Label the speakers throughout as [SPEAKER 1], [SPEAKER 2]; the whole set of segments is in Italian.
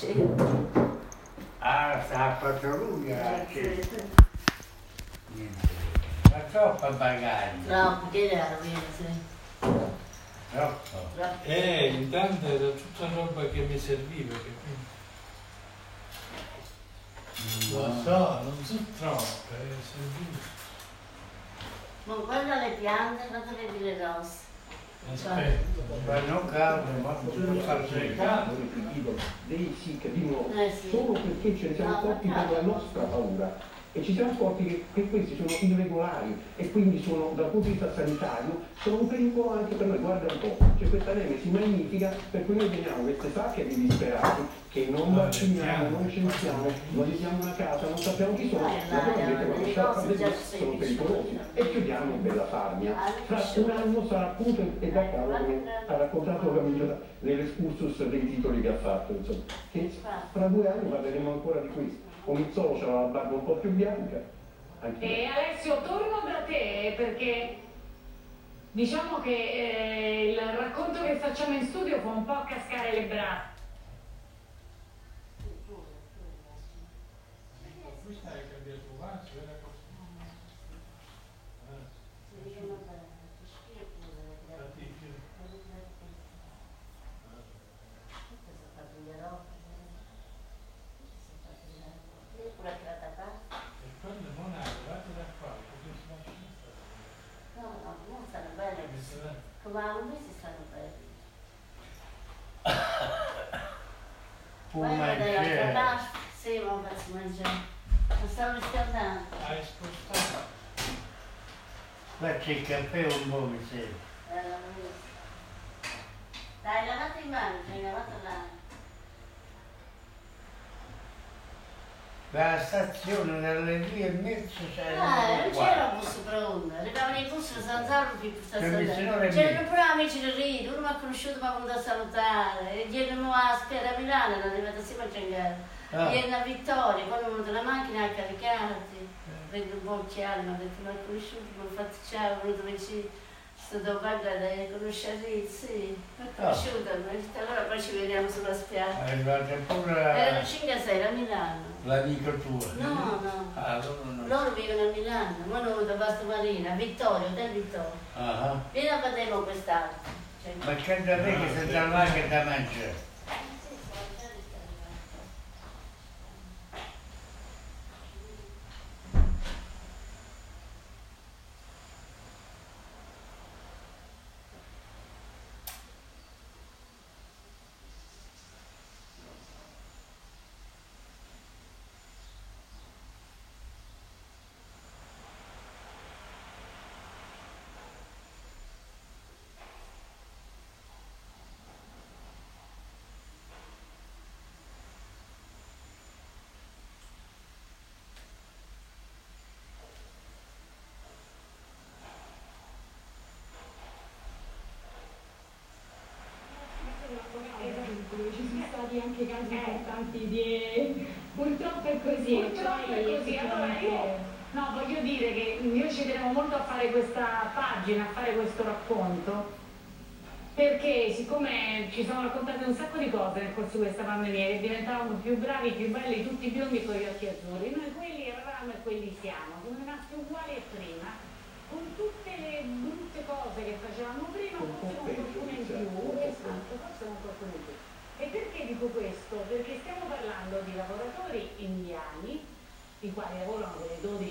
[SPEAKER 1] Buonasera.
[SPEAKER 2] Ah, sta a pattuglia.
[SPEAKER 1] Certo.
[SPEAKER 2] Ma troppa bagaglia,
[SPEAKER 1] Bravo, che era, vieni.
[SPEAKER 2] troppo.
[SPEAKER 1] Bravo.
[SPEAKER 3] Eh, intanto era tutta roba che mi serviva, capito? Lo so, non so troppo, eh, serviva.
[SPEAKER 1] Ma guarda le piante, guarda le mille rose.
[SPEAKER 3] Aspetta.
[SPEAKER 2] Ma non caldo, ma non fa seccato.
[SPEAKER 4] Capito? Dei sì, capito?
[SPEAKER 1] Eh sì.
[SPEAKER 4] Solo perché ce ne siamo accorti per la nostra paura e ci siamo accorti che, che questi sono irregolari e quindi sono, dal punto di vista sanitario, sono un pericolo anche per noi. Guarda un po', c'è questa neve si magnifica per cui noi veniamo queste sacche di disperati che non
[SPEAKER 3] Ah, mettiamo.
[SPEAKER 4] vacciniamo, non scienziamo, vogliamo una casa, non sappiamo chi sono,
[SPEAKER 1] Eh,
[SPEAKER 4] ma
[SPEAKER 1] dai,
[SPEAKER 4] abbiamo
[SPEAKER 1] dai,
[SPEAKER 4] detto
[SPEAKER 1] le
[SPEAKER 4] che questa
[SPEAKER 1] cose
[SPEAKER 4] pandemia
[SPEAKER 1] già si
[SPEAKER 4] sono pericolosi
[SPEAKER 1] sono. Ah,
[SPEAKER 4] e chiudiamo in bella farnia. Fra un anno sarà appunto e da cavolo che ha raccontato Camillo dell'excursus dei titoli che ha fatto, insomma. Che
[SPEAKER 5] Ah.
[SPEAKER 4] fra due anni parleremo ancora di questo. Omizzolo c'era la barba un po' più bianca. Anche
[SPEAKER 5] E Alessio, torno da te perché diciamo che eh, il racconto che facciamo in studio fa un po' cascare le braccia.
[SPEAKER 3] Questa è cambiato vaso, era così. E quando è monaco, vado da qua, perché si fa
[SPEAKER 2] Può mangiare.
[SPEAKER 1] Sì, ma non si mangia. Non stavo riscaldando.
[SPEAKER 3] Hai spostato.
[SPEAKER 2] Qua c'è il caffè un po' mi serve.
[SPEAKER 1] Eh, la mia. Dai, lavate in mano, bisogna lavate là.
[SPEAKER 2] La stazione dalle due e mezzo
[SPEAKER 1] Ah,
[SPEAKER 2] c'era
[SPEAKER 1] non
[SPEAKER 2] uno
[SPEAKER 1] c'era
[SPEAKER 2] qua.
[SPEAKER 1] un bus per onda, arrivavano i bus da San Salvo più per
[SPEAKER 2] Cioè, mi sono
[SPEAKER 1] Sassandra.
[SPEAKER 2] rendi-
[SPEAKER 1] C'erano pure amici del Rito, uno mi ha conosciuto mi ha voluto salutare, e dietro a Spiera a Milano, era arrivata sempre a Cengare.
[SPEAKER 2] Ah.
[SPEAKER 1] Viene a Vittoria, poi mi è venuta la macchina a caricarti,
[SPEAKER 2] Eh.
[SPEAKER 1] vedo un po' occhiali, mi ha detto mi ha conosciuto, mi ha fatto ciao, è venuto vicino. Sto da guardare, hai conosciuto Rito, eh, sì,
[SPEAKER 2] Ah.
[SPEAKER 1] mi ha conosciuto, mi ha detto, allora poi ci vediamo sulla spiaggia.
[SPEAKER 2] È arrivata pure
[SPEAKER 1] Erano
[SPEAKER 2] la-
[SPEAKER 1] 5 a 6 a Milano.
[SPEAKER 2] l'amico tuo.
[SPEAKER 1] No, no.
[SPEAKER 2] Ah, loro no.
[SPEAKER 1] Loro vivono a Milano, ma noi da Vasto Marina, Vittorio, da Vittorio.
[SPEAKER 2] Ah, ah.
[SPEAKER 1] Vieni a vedere con quest'altro. Cioè,
[SPEAKER 2] Ma c'è da me che si dà là che da mangiare.
[SPEAKER 6] ci sono stati anche casi importanti di... Purtroppo è così. cioè,
[SPEAKER 5] Purtroppo è così, allora io no, voglio dire che io ci tenevo molto a fare questa pagina, a fare questo racconto, perché siccome ci sono raccontate un sacco di cose nel corso di questa pandemia, che diventavamo più bravi, più belli, tutti biondi e con gli occhi azzurri, noi quelli eravamo e quelli siamo, come nati uguali a prima, con tutte le brutte cose che facevamo prima,
[SPEAKER 4] Un po'
[SPEAKER 5] forse con
[SPEAKER 4] peggio,
[SPEAKER 5] qualcuno in
[SPEAKER 4] diciamo,
[SPEAKER 5] più,
[SPEAKER 4] un po'
[SPEAKER 5] esatto, forse con qualcuno in più. E perché dico questo? Perché stiamo parlando di lavoratori indiani, i quali lavorano delle 12-14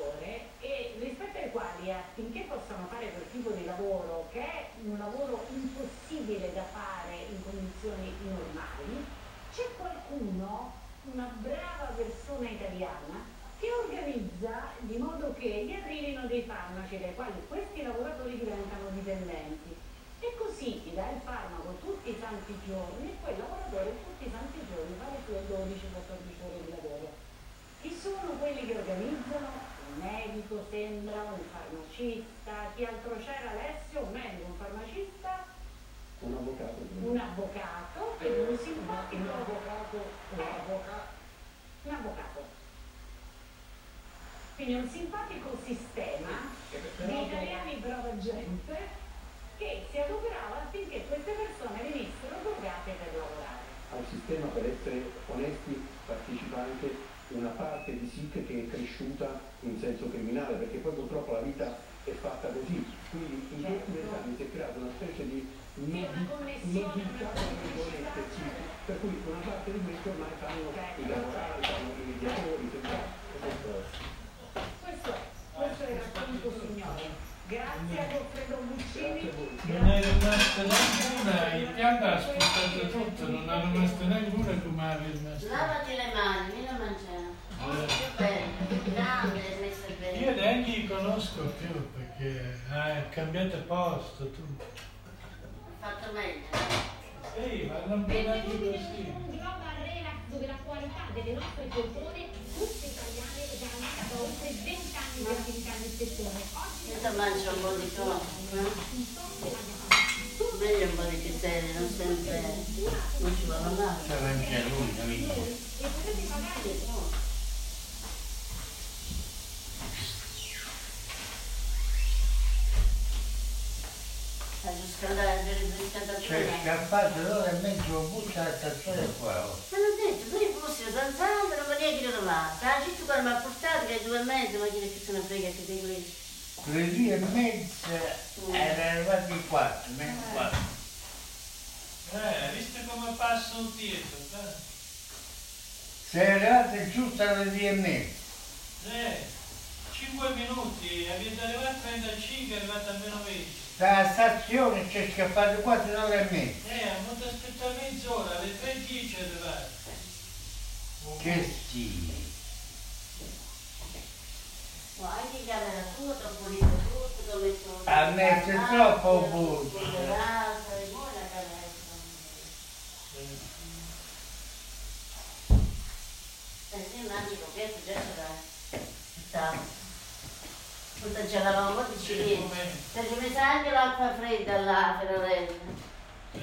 [SPEAKER 5] ore e rispetto ai quali affinché possano fare quel tipo di lavoro, che è un lavoro impossibile da fare in condizioni normali, c'è qualcuno, una brava persona italiana, che organizza di modo che gli arrivino dei farmaci dai quali questi lavoratori diventano dipendenti. E così ti dà il farmaco tutti i santi giorni e quel lavoratore tutti i santi giorni fa le sue 12-14 ore di lavoro. Chi sono quelli che organizzano? Un medico sembra, un farmacista, chi altro c'era Alessio? Un medico, un farmacista,
[SPEAKER 4] un avvocato.
[SPEAKER 5] un avvocato e Eh, un simpatico avvocato, un avvocato, un avvocato. Quindi un simpatico sistema di italiani brava gente che si adoperava affinché queste persone venissero pagate per lavorare.
[SPEAKER 7] a un sistema per essere onesti partecipa anche una parte di SIC che è cresciuta in senso criminale, perché poi purtroppo la vita è fatta così. Quindi in
[SPEAKER 5] Certo.
[SPEAKER 7] questi anni si è creata una specie di
[SPEAKER 5] C'è una connessione, una
[SPEAKER 7] medicità, tra virgolette,
[SPEAKER 5] pubblicità.
[SPEAKER 7] SIC, per cui una parte di questo ormai fanno i lavorari, fanno i mediatori, tutto.
[SPEAKER 5] Questo è, questo è il racconto signore. Grazie a Goffredo Muccini.
[SPEAKER 7] Grazie a voi.
[SPEAKER 3] Non è rimasta nemmuna, in pianta ha sfruttato tutto, non è rimasta nemmuna come ha rimasta.
[SPEAKER 1] Cioè, Lavati le mani, mi la mangiamo. Che bello, grande, messa
[SPEAKER 3] Io
[SPEAKER 1] bene.
[SPEAKER 3] neanche li conosco più perché ha cambiato posto tutto.
[SPEAKER 1] Fatto meglio. eh?
[SPEAKER 3] Ehi, ma non parlate
[SPEAKER 6] Benvenuti nel
[SPEAKER 3] così.
[SPEAKER 6] mondo Global Relax dove la qualità delle nostre poltrone, tutte italiane, è garantita da oltre 20 anni di attività nel settore. Oggi
[SPEAKER 1] Io ti mangio un po' di cose,
[SPEAKER 6] il top della gamma.
[SPEAKER 1] meglio un po' di piselli, non sempre, non ci vanno male.
[SPEAKER 2] Sarà anche a lui, amico.
[SPEAKER 6] E potete pagare
[SPEAKER 1] Faccio scaldare il verificata
[SPEAKER 2] Cioè,
[SPEAKER 1] prima.
[SPEAKER 2] scappato loro e mezzo buccia la stazione qua. oh.
[SPEAKER 1] Mi hanno detto, tu rifussi la zanzara, non veniva chi lo trovava. La gente qua mi ha portato che è due e mezzo, ma chi ne che se ne frega che di questo.
[SPEAKER 2] Le due e mezza erano arrivati quattro, meno quattro.
[SPEAKER 3] Eh, viste come passa un tiro, Eh, dai.
[SPEAKER 2] Se arrivate giusto alle due e mezza.
[SPEAKER 3] Eh, 5 minuti, avete arrivato a 35, è arrivato a meno 20.
[SPEAKER 2] Dalla stazione c'è scappato quattro ore e mezza.
[SPEAKER 3] Eh, ha dovuto aspettare mezz'ora, alle 3.10 è arrivato.
[SPEAKER 2] Che sì.
[SPEAKER 1] Guarda che camera tutto, ho pulito tutto, ho messo...
[SPEAKER 2] Ha messo
[SPEAKER 1] la
[SPEAKER 2] troppo
[SPEAKER 1] macchina,
[SPEAKER 2] buio.
[SPEAKER 1] ho messo l'altro, e poi la camera. Senti, Cioè, un attimo, questo già ce l'ha. Ciao. Tutta ce l'avevamo molto ci riesce.
[SPEAKER 3] Eh,
[SPEAKER 1] Cioè, Se ti mette anche l'acqua fredda là, Ferrarella.
[SPEAKER 3] Eh.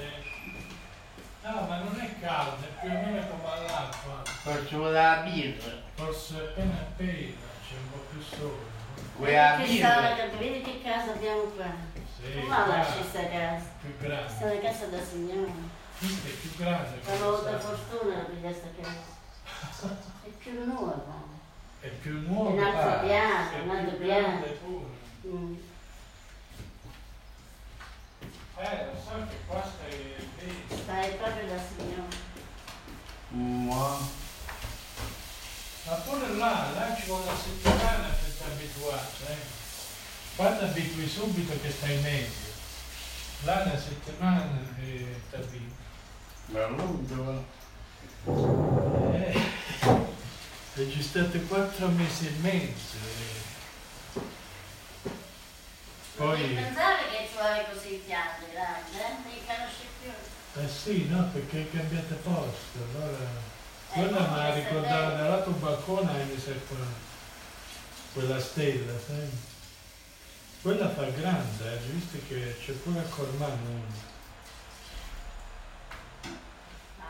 [SPEAKER 3] No, ma non è caldo, è più o meno come all'acqua.
[SPEAKER 2] Faccio la birra.
[SPEAKER 3] Forse appena appena c'è un po' più sole.
[SPEAKER 2] Quella
[SPEAKER 1] che sala,
[SPEAKER 2] birra.
[SPEAKER 1] che- vedi che casa abbiamo qua.
[SPEAKER 3] Sì,
[SPEAKER 1] Come la
[SPEAKER 3] qua
[SPEAKER 1] lasci sta casa?
[SPEAKER 3] più
[SPEAKER 1] Questa
[SPEAKER 3] grande.
[SPEAKER 1] è una casa da signore.
[SPEAKER 3] Questa è più grande.
[SPEAKER 1] Avevo avuto
[SPEAKER 3] questa.
[SPEAKER 1] fortuna a pigliare sta casa. È più nuova.
[SPEAKER 3] È più nuova.
[SPEAKER 1] Un altro
[SPEAKER 3] ah,
[SPEAKER 1] piano,
[SPEAKER 3] è
[SPEAKER 1] un
[SPEAKER 3] più
[SPEAKER 1] altro
[SPEAKER 3] grande
[SPEAKER 1] piano.
[SPEAKER 3] pure.
[SPEAKER 1] Mm.
[SPEAKER 3] Eh, lo so che qua stai bene.
[SPEAKER 1] Stai proprio da signore.
[SPEAKER 2] Mua.
[SPEAKER 3] Ma pure là, là ci vuole una settimana per ti abituare. Eh. Qua ti abitui subito che stai meglio. Là una settimana e ti abitui.
[SPEAKER 2] Ma l'ultimo.
[SPEAKER 3] Eh, e Eh, ci state quattro mesi e mezzo. eh.
[SPEAKER 1] Non
[SPEAKER 3] Poi,
[SPEAKER 1] pensare che tu hai così i piani grandi, eh? Mi conosci più.
[SPEAKER 3] eh sì, no, perché hai cambiato posto, allora... Quella
[SPEAKER 1] Eh,
[SPEAKER 3] mi
[SPEAKER 1] questo
[SPEAKER 3] ha
[SPEAKER 1] è
[SPEAKER 3] ricordato
[SPEAKER 1] bello.
[SPEAKER 3] dall'altro balcone e mi sa quella, quella stella, sai? Quella fa grande, eh, hai visto che c'è pure a Cormano.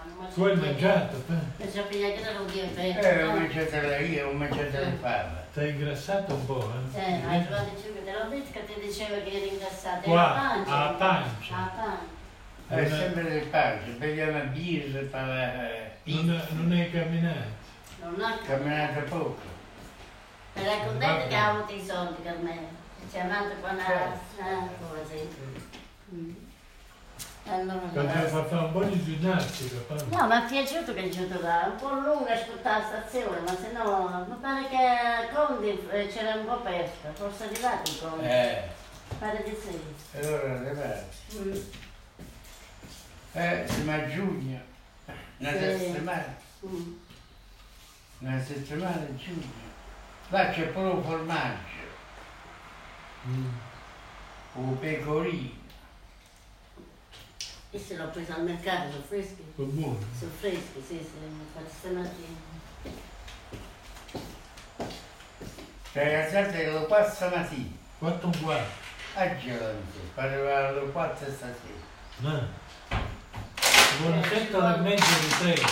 [SPEAKER 1] Mamma,
[SPEAKER 3] Tu hai
[SPEAKER 1] c'è-
[SPEAKER 3] mangiato, te?
[SPEAKER 1] Mi sono pigliato anche da un dio
[SPEAKER 2] Eh, ho
[SPEAKER 1] bene.
[SPEAKER 2] mangiato la io, ho mangiato la fava.
[SPEAKER 3] Ti hai ingrassato un po', eh?
[SPEAKER 1] Eh, hai trovato il cibo della vita che ti diceva che eri ingrassato.
[SPEAKER 3] Qua,
[SPEAKER 1] Era
[SPEAKER 3] alla pancia.
[SPEAKER 1] Alla pancia.
[SPEAKER 2] È Eh, sempre del pace, beviamo la birra, fa la eh,
[SPEAKER 3] Non, non hai camminato.
[SPEAKER 1] Non ho
[SPEAKER 2] Camminate poco.
[SPEAKER 1] Era contento che ha avuto i soldi per me. Ci ha mandato qua una
[SPEAKER 3] Certo.
[SPEAKER 1] cosa.
[SPEAKER 3] Perché
[SPEAKER 1] Mm. Allora,
[SPEAKER 3] fa fare un po' di ginnastica, poi.
[SPEAKER 1] no, mi è piaciuto che è giunto là, un po' lunga ascoltare la stazione, ma se no mi pare che Condi eh, c'era un po' perso, forse è arrivato il Condi,
[SPEAKER 2] Eh,
[SPEAKER 1] pare di sì.
[SPEAKER 2] e allora arrivare.
[SPEAKER 1] Mm.
[SPEAKER 2] Eh, ma giugno, una
[SPEAKER 1] Sì.
[SPEAKER 2] settimana,
[SPEAKER 1] Mm.
[SPEAKER 2] una settimana a giugno. Là c'è pure un formaggio,
[SPEAKER 3] Mm.
[SPEAKER 2] un pecorino.
[SPEAKER 1] Io se l'ho preso al mercato, sono freschi,
[SPEAKER 3] Fa buono.
[SPEAKER 1] sono freschi, sì, sì, mi fa stamattina.
[SPEAKER 2] Cioè, alzate alle 4 stamattina,
[SPEAKER 3] Quattro un quarto.
[SPEAKER 2] a Gelante, pareva alle 4 stasera.
[SPEAKER 3] No. Ci vuole un tetto e mezzo di tre.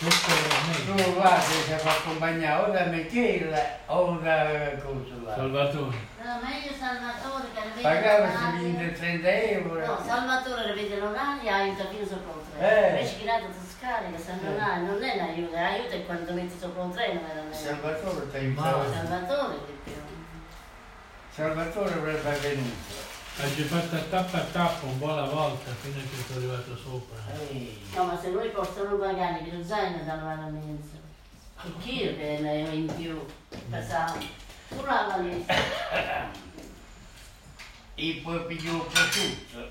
[SPEAKER 3] Questo è il
[SPEAKER 2] Tu
[SPEAKER 3] mezzo.
[SPEAKER 2] lo quasi si fa accompagnare o da Michele o da Consolato.
[SPEAKER 4] Salvatore.
[SPEAKER 1] No, meglio Salvatore che rivede
[SPEAKER 2] Pagava
[SPEAKER 1] l'orario.
[SPEAKER 2] 30
[SPEAKER 1] No,
[SPEAKER 2] euro.
[SPEAKER 1] Salvatore rivede l'orario e aiuta fino sopra un treno.
[SPEAKER 2] Eh.
[SPEAKER 1] Invece chi l'ha toscare, che San Leonardo, non è l'aiuto, l'aiuto è quando metti sopra un treno veramente.
[SPEAKER 2] Salvatore ti aiutava.
[SPEAKER 1] Salvatore di più.
[SPEAKER 2] Salvatore avrebbe venuto.
[SPEAKER 3] L'hai fatta tappa a tappa un po' alla volta fino a che sono arrivato sopra.
[SPEAKER 2] Ehi.
[SPEAKER 1] No, ma se noi portano magari che lo zaino danno alla mensa, il chilo che ne ho in più, pesante, pure la valigia.
[SPEAKER 2] E poi pigliò il prosciutto.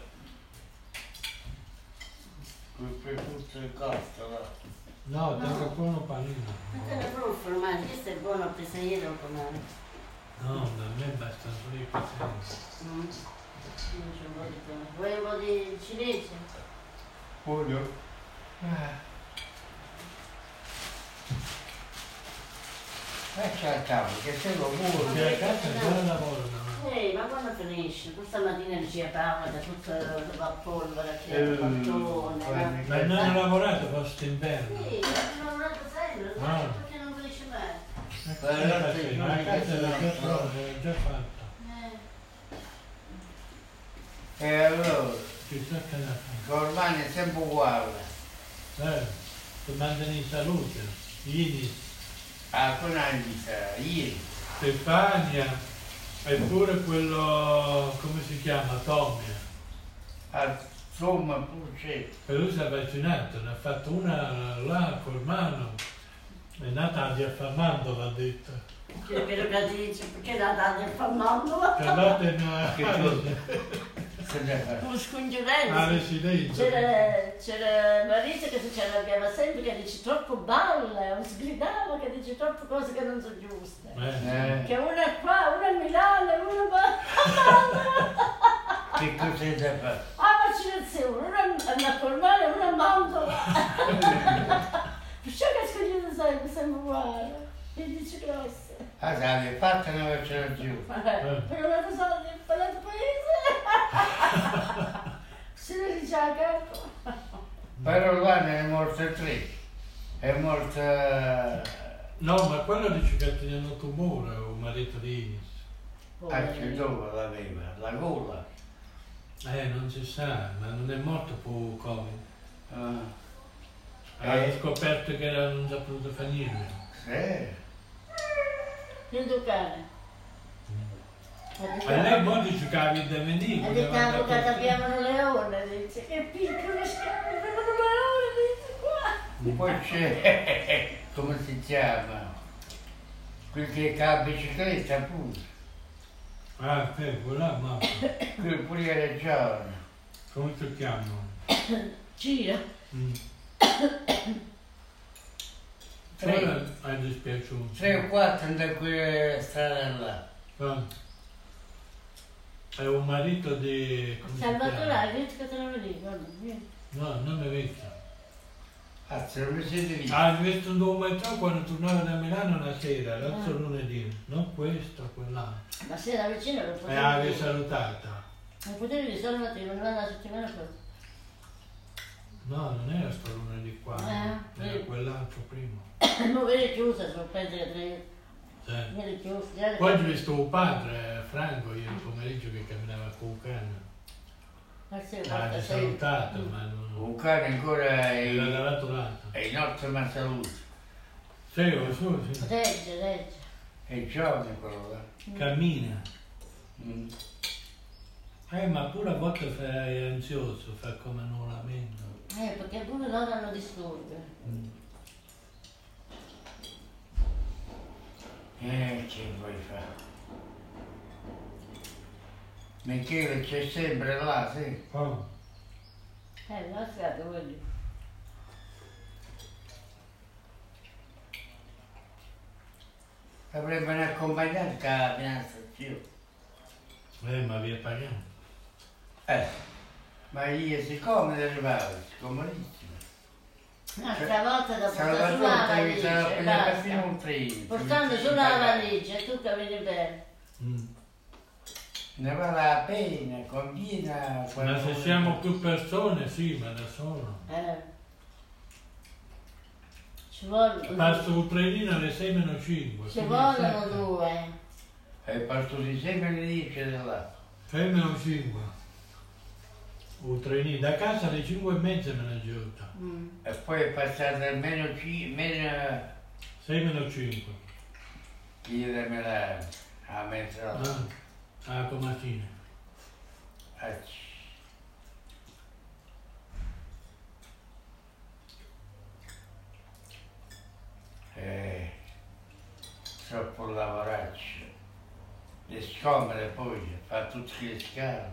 [SPEAKER 2] Quel prosciutto in costola.
[SPEAKER 3] No, da qualcuno panino.
[SPEAKER 1] Ma te ne provo ormai, questo è buono per se io dopo male.
[SPEAKER 3] No, da me basta solo i pazienti.
[SPEAKER 1] Mm. Io c'ho un po' di tonno. Vuoi un po' di cinese?
[SPEAKER 2] Voglio. Eh. Lascia Eh, il tavolo, che se lo vuoi.
[SPEAKER 3] Perché Oh, la casa è buon lavoro da me.
[SPEAKER 1] Ehi, ma quando finisce? Questa mattina energia parla da tutta la polvere che è
[SPEAKER 2] Eh,
[SPEAKER 1] il mattone.
[SPEAKER 3] Ma non hanno lavorato questo inverno.
[SPEAKER 1] Sì, ma non è sempre,
[SPEAKER 3] Ah.
[SPEAKER 1] no? perché non finisce mai?
[SPEAKER 3] Ma Eh, allora Ecco, sì, ma la casa era già pronta, era già fatta.
[SPEAKER 1] Eh.
[SPEAKER 2] E allora,
[SPEAKER 3] Chissà che la fa.
[SPEAKER 2] Cormani è sempre uguale.
[SPEAKER 3] Eh, ti mandano in salute. Ieri,
[SPEAKER 2] Ah, con Anita, ieri.
[SPEAKER 3] Stefania, e pure quello, come si chiama, Tomia.
[SPEAKER 2] Ah, Insomma, pure c'è.
[SPEAKER 3] E lui si è vaccinato, ne ha fatto una là col mano. È nata diffamando, l'ha detto.
[SPEAKER 1] Eh, Che prerogative, perché la date fa mamma?
[SPEAKER 3] Carlotta è una
[SPEAKER 2] Che cosa? Se ne fa.
[SPEAKER 1] Con
[SPEAKER 3] una
[SPEAKER 1] scongiurenza.
[SPEAKER 3] residenza.
[SPEAKER 1] C'era, c'era Maurizio che se ce l'abbiamo sempre che dice troppo balla, sgridava che dice troppe cose che non sono giuste.
[SPEAKER 3] Eh,
[SPEAKER 2] Eh,
[SPEAKER 1] Che una è qua, una è a Milano, una va
[SPEAKER 2] che cos'è da fare?
[SPEAKER 1] a vaccinazione, una è a Colmare, una a Mantova. Perciò che scongiurenza sempre, sempre uguale. E dice grosse.
[SPEAKER 2] Ah, dai, fatta una vaccinazione.
[SPEAKER 3] Eh.
[SPEAKER 1] per una cosa del palazzo paese. Se ne dice a capo.
[SPEAKER 2] Però là ne è morte tre. È morta...
[SPEAKER 3] No, ma quello dice che ti hanno tumore, o marito di Iris.
[SPEAKER 2] Anche ah, dove l'aveva? La gola.
[SPEAKER 3] Eh, non si sa, ma non è morto per Covid.
[SPEAKER 2] Ah,
[SPEAKER 3] Hanno
[SPEAKER 2] Eh.
[SPEAKER 3] scoperto che era, non già potuto fare niente.
[SPEAKER 2] sì.
[SPEAKER 1] Nel tuo cane.
[SPEAKER 3] E lei mo dice che aveva da venire.
[SPEAKER 1] Eh. Ha detto
[SPEAKER 3] voleva andare
[SPEAKER 1] avvocato
[SPEAKER 3] con te.
[SPEAKER 1] abbiamo un leone, dice che piccolo schiavo, abbiamo un leone, dice qua.
[SPEAKER 2] Poi c'è... come si chiama? Quel che ha la bicicletta pure.
[SPEAKER 3] Ah, te, quella ma
[SPEAKER 2] Quel pure era giovane.
[SPEAKER 3] come ti chiamano?
[SPEAKER 1] Gira.
[SPEAKER 3] Mm.
[SPEAKER 2] Tre.
[SPEAKER 3] Ora hai dispiaciuto.
[SPEAKER 2] Tre o quattro da quella strada là.
[SPEAKER 3] Ah. È un marito di... come si
[SPEAKER 1] Salvatore,
[SPEAKER 3] chiama?
[SPEAKER 1] hai visto che te lo vedi? Guarda, vieni.
[SPEAKER 3] No, non mi hai visto.
[SPEAKER 2] Ah, se non mi siete lì.
[SPEAKER 3] Ah, hai visto un documentario quando tornava da Milano una sera, l'altro
[SPEAKER 1] Ah.
[SPEAKER 3] lunedì. Non questo, quell'altro.
[SPEAKER 1] Ma se era vicino lo
[SPEAKER 3] E avevi
[SPEAKER 1] potevi
[SPEAKER 3] salutata.
[SPEAKER 1] Non potevi risolvere, non era la settimana scorsa.
[SPEAKER 3] No, non era sto lunedì qua.
[SPEAKER 1] Eh,
[SPEAKER 3] era
[SPEAKER 1] sì.
[SPEAKER 3] quell'altro prima.
[SPEAKER 1] Non vedi chiusa, sono pensi che tre.
[SPEAKER 3] Sì.
[SPEAKER 1] Vedi chiusa,
[SPEAKER 3] Poi ho
[SPEAKER 1] guarda.
[SPEAKER 3] visto tuo padre, Franco, ieri pomeriggio che camminava con un cane.
[SPEAKER 1] Ma sì,
[SPEAKER 3] Ah,
[SPEAKER 1] guarda,
[SPEAKER 3] l'hai
[SPEAKER 1] sei.
[SPEAKER 3] salutato, ma non...
[SPEAKER 2] Un cane ancora è,
[SPEAKER 3] L'ha lavato l'altro.
[SPEAKER 2] è in ottima salute.
[SPEAKER 3] Sì, oh, su, sì.
[SPEAKER 1] Regge, regge.
[SPEAKER 2] È giovane quello là.
[SPEAKER 3] Cammina.
[SPEAKER 2] Mm.
[SPEAKER 3] Eh, ma pure a volte fai ansioso, fa come un lamento.
[SPEAKER 1] Eh, perché pure loro hanno disturbi.
[SPEAKER 2] Eh, che vuoi fare? Michele c'è sempre là, sì.
[SPEAKER 3] Oh.
[SPEAKER 1] Eh, non è stato quello.
[SPEAKER 2] Avrebbero accompagnato che la finestra più.
[SPEAKER 3] Eh, ma vi è pagato.
[SPEAKER 2] Eh. Ma io siccome arrivavo, comodissimo.
[SPEAKER 1] No, stavolta da portare su la
[SPEAKER 2] Salvatore mi sarà
[SPEAKER 1] valigia,
[SPEAKER 2] appena perfino
[SPEAKER 1] basta.
[SPEAKER 2] un treno.
[SPEAKER 1] Portando su la valigia, tu cammini bene.
[SPEAKER 3] Mm.
[SPEAKER 2] Ne vale la pena, conviene. a
[SPEAKER 3] Ma se
[SPEAKER 2] qualcuno.
[SPEAKER 3] siamo più persone, sì, ma da solo.
[SPEAKER 1] Eh. Ci vogliono
[SPEAKER 3] Pasto ucraino alle 6 meno 5.
[SPEAKER 1] Ci vogliono due.
[SPEAKER 2] Hai parto di sempre le 10 dell'acqua.
[SPEAKER 3] 6 meno 5. Ucraini, da casa alle 5 e mezza me ne giunta.
[SPEAKER 1] Mm.
[SPEAKER 2] E poi è passata almeno 5, meno
[SPEAKER 3] 6 meno 5.
[SPEAKER 2] chiedere la a mezzanotte.
[SPEAKER 3] Ah, a comattina.
[SPEAKER 2] Acci. Eh, troppo lavoraccio. Le scomere poi, fa tutte le scale.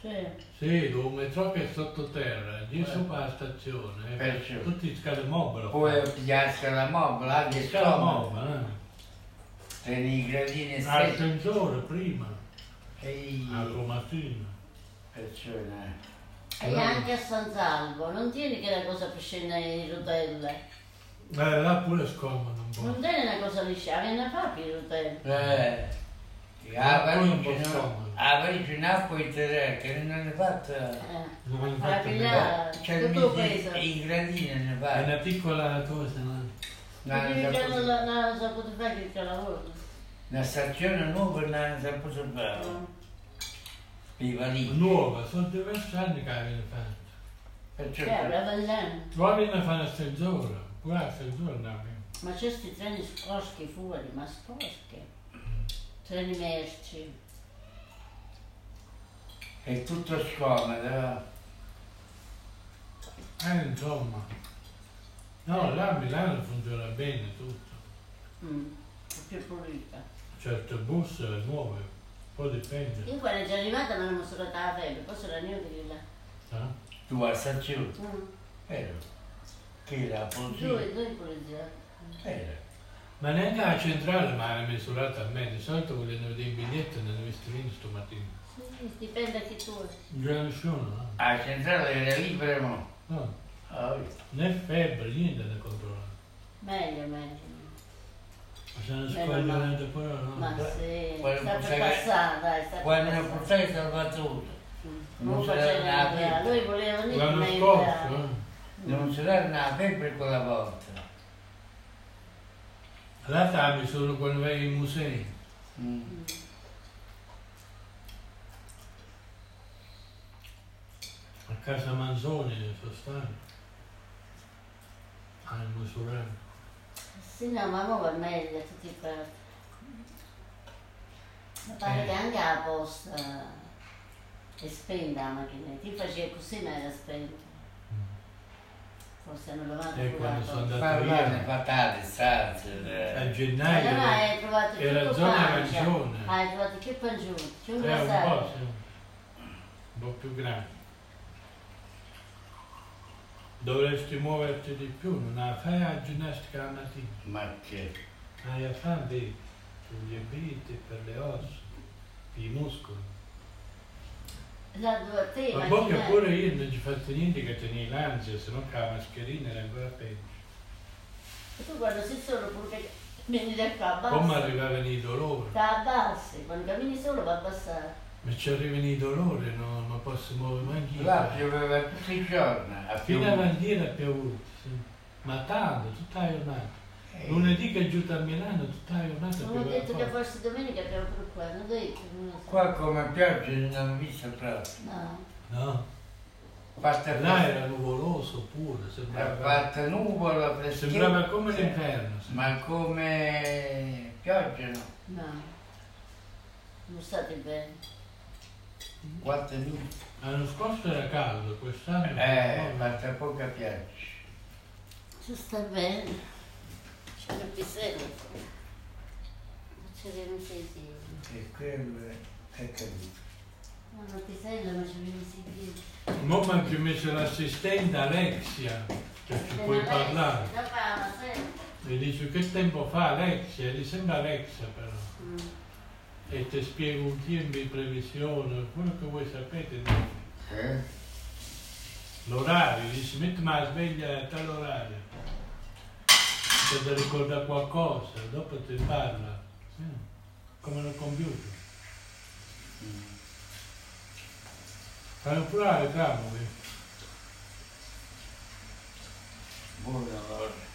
[SPEAKER 1] Sì.
[SPEAKER 3] Sì, un metro che è sottoterra, dietro
[SPEAKER 2] Eh.
[SPEAKER 3] qua la stazione,
[SPEAKER 2] Perciò.
[SPEAKER 3] tutti scale mobili.
[SPEAKER 2] Poi piazza la mobola, anche
[SPEAKER 3] scale
[SPEAKER 2] scomere.
[SPEAKER 3] mobili,
[SPEAKER 2] Tieni i gradini
[SPEAKER 3] eh.
[SPEAKER 2] stretti.
[SPEAKER 3] Ascensore prima,
[SPEAKER 2] Ehi,
[SPEAKER 3] a comattina.
[SPEAKER 2] perciò eh.
[SPEAKER 1] E anche a San Salvo, non tieni che la cosa per scendere in rotelle.
[SPEAKER 3] Eh, là pure scomodo un po'.
[SPEAKER 1] Non tieni una cosa liscia, viene a fare in rotelle.
[SPEAKER 2] Eh,
[SPEAKER 3] un po' scomodo.
[SPEAKER 2] Avrei un acqua in terra che non ne fatta.
[SPEAKER 1] Eh.
[SPEAKER 3] No,
[SPEAKER 1] Alla
[SPEAKER 3] infatti,
[SPEAKER 1] pigliare.
[SPEAKER 2] C'è
[SPEAKER 1] tutto
[SPEAKER 2] il
[SPEAKER 1] preso.
[SPEAKER 2] i gradini ne
[SPEAKER 3] È
[SPEAKER 2] fa.
[SPEAKER 3] una piccola cosa, no?
[SPEAKER 2] Non
[SPEAKER 1] Perché che
[SPEAKER 2] ne
[SPEAKER 1] non
[SPEAKER 2] saputo-
[SPEAKER 1] la- non la saputo fare che c'è lavoro.
[SPEAKER 2] Una stazione nuova non ne saputo
[SPEAKER 1] Mm.
[SPEAKER 2] fare. Viva lì.
[SPEAKER 3] Nuova, sono diversi anni che la viene fatta.
[SPEAKER 2] Perciò
[SPEAKER 1] Cioè,
[SPEAKER 2] che-
[SPEAKER 1] brava gente.
[SPEAKER 3] Qua viene a fare l'ascensore, pure l'ascensore andiamo.
[SPEAKER 1] Ma c'è sti treni scoschi fuori, ma scoschi. Treni merci.
[SPEAKER 2] è tutto scomodo.
[SPEAKER 3] Eh, insomma. No, là a Milano funziona bene tutto.
[SPEAKER 1] Mm. È più pulita.
[SPEAKER 3] Certe bus nuove, poi dipende.
[SPEAKER 1] Io quando è già arrivata mi hanno mostrato la febbre, poi sono io che là.
[SPEAKER 3] eh.
[SPEAKER 2] Tu a stazione.
[SPEAKER 1] Mm.
[SPEAKER 2] Vero. Che la polizia.
[SPEAKER 1] Due, due polizia.
[SPEAKER 2] Vero.
[SPEAKER 3] Ma neanche la centrale mi ha misurato a me, di solito vogliono dei biglietti nel vestitino stamattina.
[SPEAKER 1] Sì, dipende che tu.
[SPEAKER 3] Non c'è nessuno, no?
[SPEAKER 2] La centrale era libera mo.
[SPEAKER 3] No,
[SPEAKER 2] Ah, vedi.
[SPEAKER 3] né febbre, niente da controllare.
[SPEAKER 1] Meglio, meglio.
[SPEAKER 3] Ma se non
[SPEAKER 1] Meno
[SPEAKER 3] scoglionate pure no.
[SPEAKER 1] Ma sì,
[SPEAKER 2] Quando
[SPEAKER 1] sta per
[SPEAKER 2] potrei-
[SPEAKER 1] passare, dai, sta
[SPEAKER 2] Quando ne
[SPEAKER 1] per
[SPEAKER 2] portai salvatore.
[SPEAKER 1] Mm.
[SPEAKER 2] non
[SPEAKER 1] Non
[SPEAKER 2] c'era
[SPEAKER 1] faceva
[SPEAKER 2] la
[SPEAKER 1] idea,
[SPEAKER 2] vita.
[SPEAKER 1] lui voleva venire
[SPEAKER 3] L'anno
[SPEAKER 1] me
[SPEAKER 3] scorso, eh.
[SPEAKER 2] Non si dà una febbre quella volta.
[SPEAKER 3] Là tavi solo quando vai ai musei.
[SPEAKER 2] Mm.
[SPEAKER 3] A casa Manzoni sono stato. Al Musurano.
[SPEAKER 1] Sì, no, ma ora va meglio, tutti quanti. Mi pare
[SPEAKER 2] Eh.
[SPEAKER 1] che anche la posta è spenta la macchina, ti faceva così ma era spenta. Forse non lo vado
[SPEAKER 3] E Mm. Eh, quando sono
[SPEAKER 1] a
[SPEAKER 3] andato
[SPEAKER 2] Parlare
[SPEAKER 3] io,
[SPEAKER 2] fatale, stanze. eh.
[SPEAKER 3] a
[SPEAKER 1] Eh, Allora
[SPEAKER 3] gennaio,
[SPEAKER 1] hai trovato
[SPEAKER 3] e la
[SPEAKER 1] tutto
[SPEAKER 3] zona
[SPEAKER 1] pancia.
[SPEAKER 3] arancione.
[SPEAKER 1] Hai trovato che pangiuto, c'è un
[SPEAKER 3] è Eh, un po',
[SPEAKER 1] rosario.
[SPEAKER 3] sì. un po' più grande. Dovresti muoverti di più, non la fai la ginnastica la mattina.
[SPEAKER 2] Ma che
[SPEAKER 3] Hai a fare dei- per gli abiti, per le ossa, per i muscoli.
[SPEAKER 1] La tua te,
[SPEAKER 3] Ma poi che pure io non ci faccio niente che tenere l'ansia, se no che la mascherina era ancora peggio.
[SPEAKER 1] Tu quando sei solo pure vieni da qua,
[SPEAKER 3] Come
[SPEAKER 1] abbassi.
[SPEAKER 3] arrivavano i dolori?
[SPEAKER 1] Ti abbassi, quando cammini solo va abbassato.
[SPEAKER 3] Ma ci arrivano i dolori, no, non posso muovere mai
[SPEAKER 2] là
[SPEAKER 3] io.
[SPEAKER 2] pioveva tutti i giorni, a
[SPEAKER 3] Fino a
[SPEAKER 2] più
[SPEAKER 3] bandiera è piovuto, sì. Ma tanto, tutta la giornata.
[SPEAKER 2] Eh.
[SPEAKER 3] Lunedì che è giunto a Milano, tutta la giornata
[SPEAKER 1] Non Eh. ho
[SPEAKER 3] pioveva
[SPEAKER 1] detto che
[SPEAKER 3] forte.
[SPEAKER 1] forse domenica abbiamo pure qua, non ho detto. Non lo so.
[SPEAKER 2] qua come pioggia non ho visto proprio.
[SPEAKER 1] No.
[SPEAKER 3] No,
[SPEAKER 1] Eh,
[SPEAKER 2] Fatta
[SPEAKER 3] là era nuvoloso pure, sembrava,
[SPEAKER 2] fatta nuvola
[SPEAKER 3] sembrava come
[SPEAKER 2] sì.
[SPEAKER 3] l'inferno. sì.
[SPEAKER 2] ma come pioggia no.
[SPEAKER 1] No. Non state bene.
[SPEAKER 2] Quattro minuti.
[SPEAKER 3] L'anno scorso era caldo, quest'anno
[SPEAKER 2] Eh,
[SPEAKER 3] no,
[SPEAKER 2] fatta poca pioggia.
[SPEAKER 1] Ci sta bene. C'è un pisello. Non c'è un sedile.
[SPEAKER 2] E quello è- è capito.
[SPEAKER 1] Ma un pisello non c'è un sedile.
[SPEAKER 3] Mo mi ha anche messo l'assistente Alexia, che
[SPEAKER 1] Eh,
[SPEAKER 3] ci puoi parlare.
[SPEAKER 1] Da fama, sai?
[SPEAKER 3] E dice che tempo fa Alexia? Gli sembra Alexia però.
[SPEAKER 1] Mm.
[SPEAKER 3] E ti spiego un tempo in previsione, quello che voi sapete. dice.
[SPEAKER 2] Eh?
[SPEAKER 3] L'orario, dice metti ma la sveglia a tale orario. Se ti ricorda qualcosa, dopo ti parla. Eh, Come nel computer. Fai un plurale, cavolo.
[SPEAKER 2] buona volta.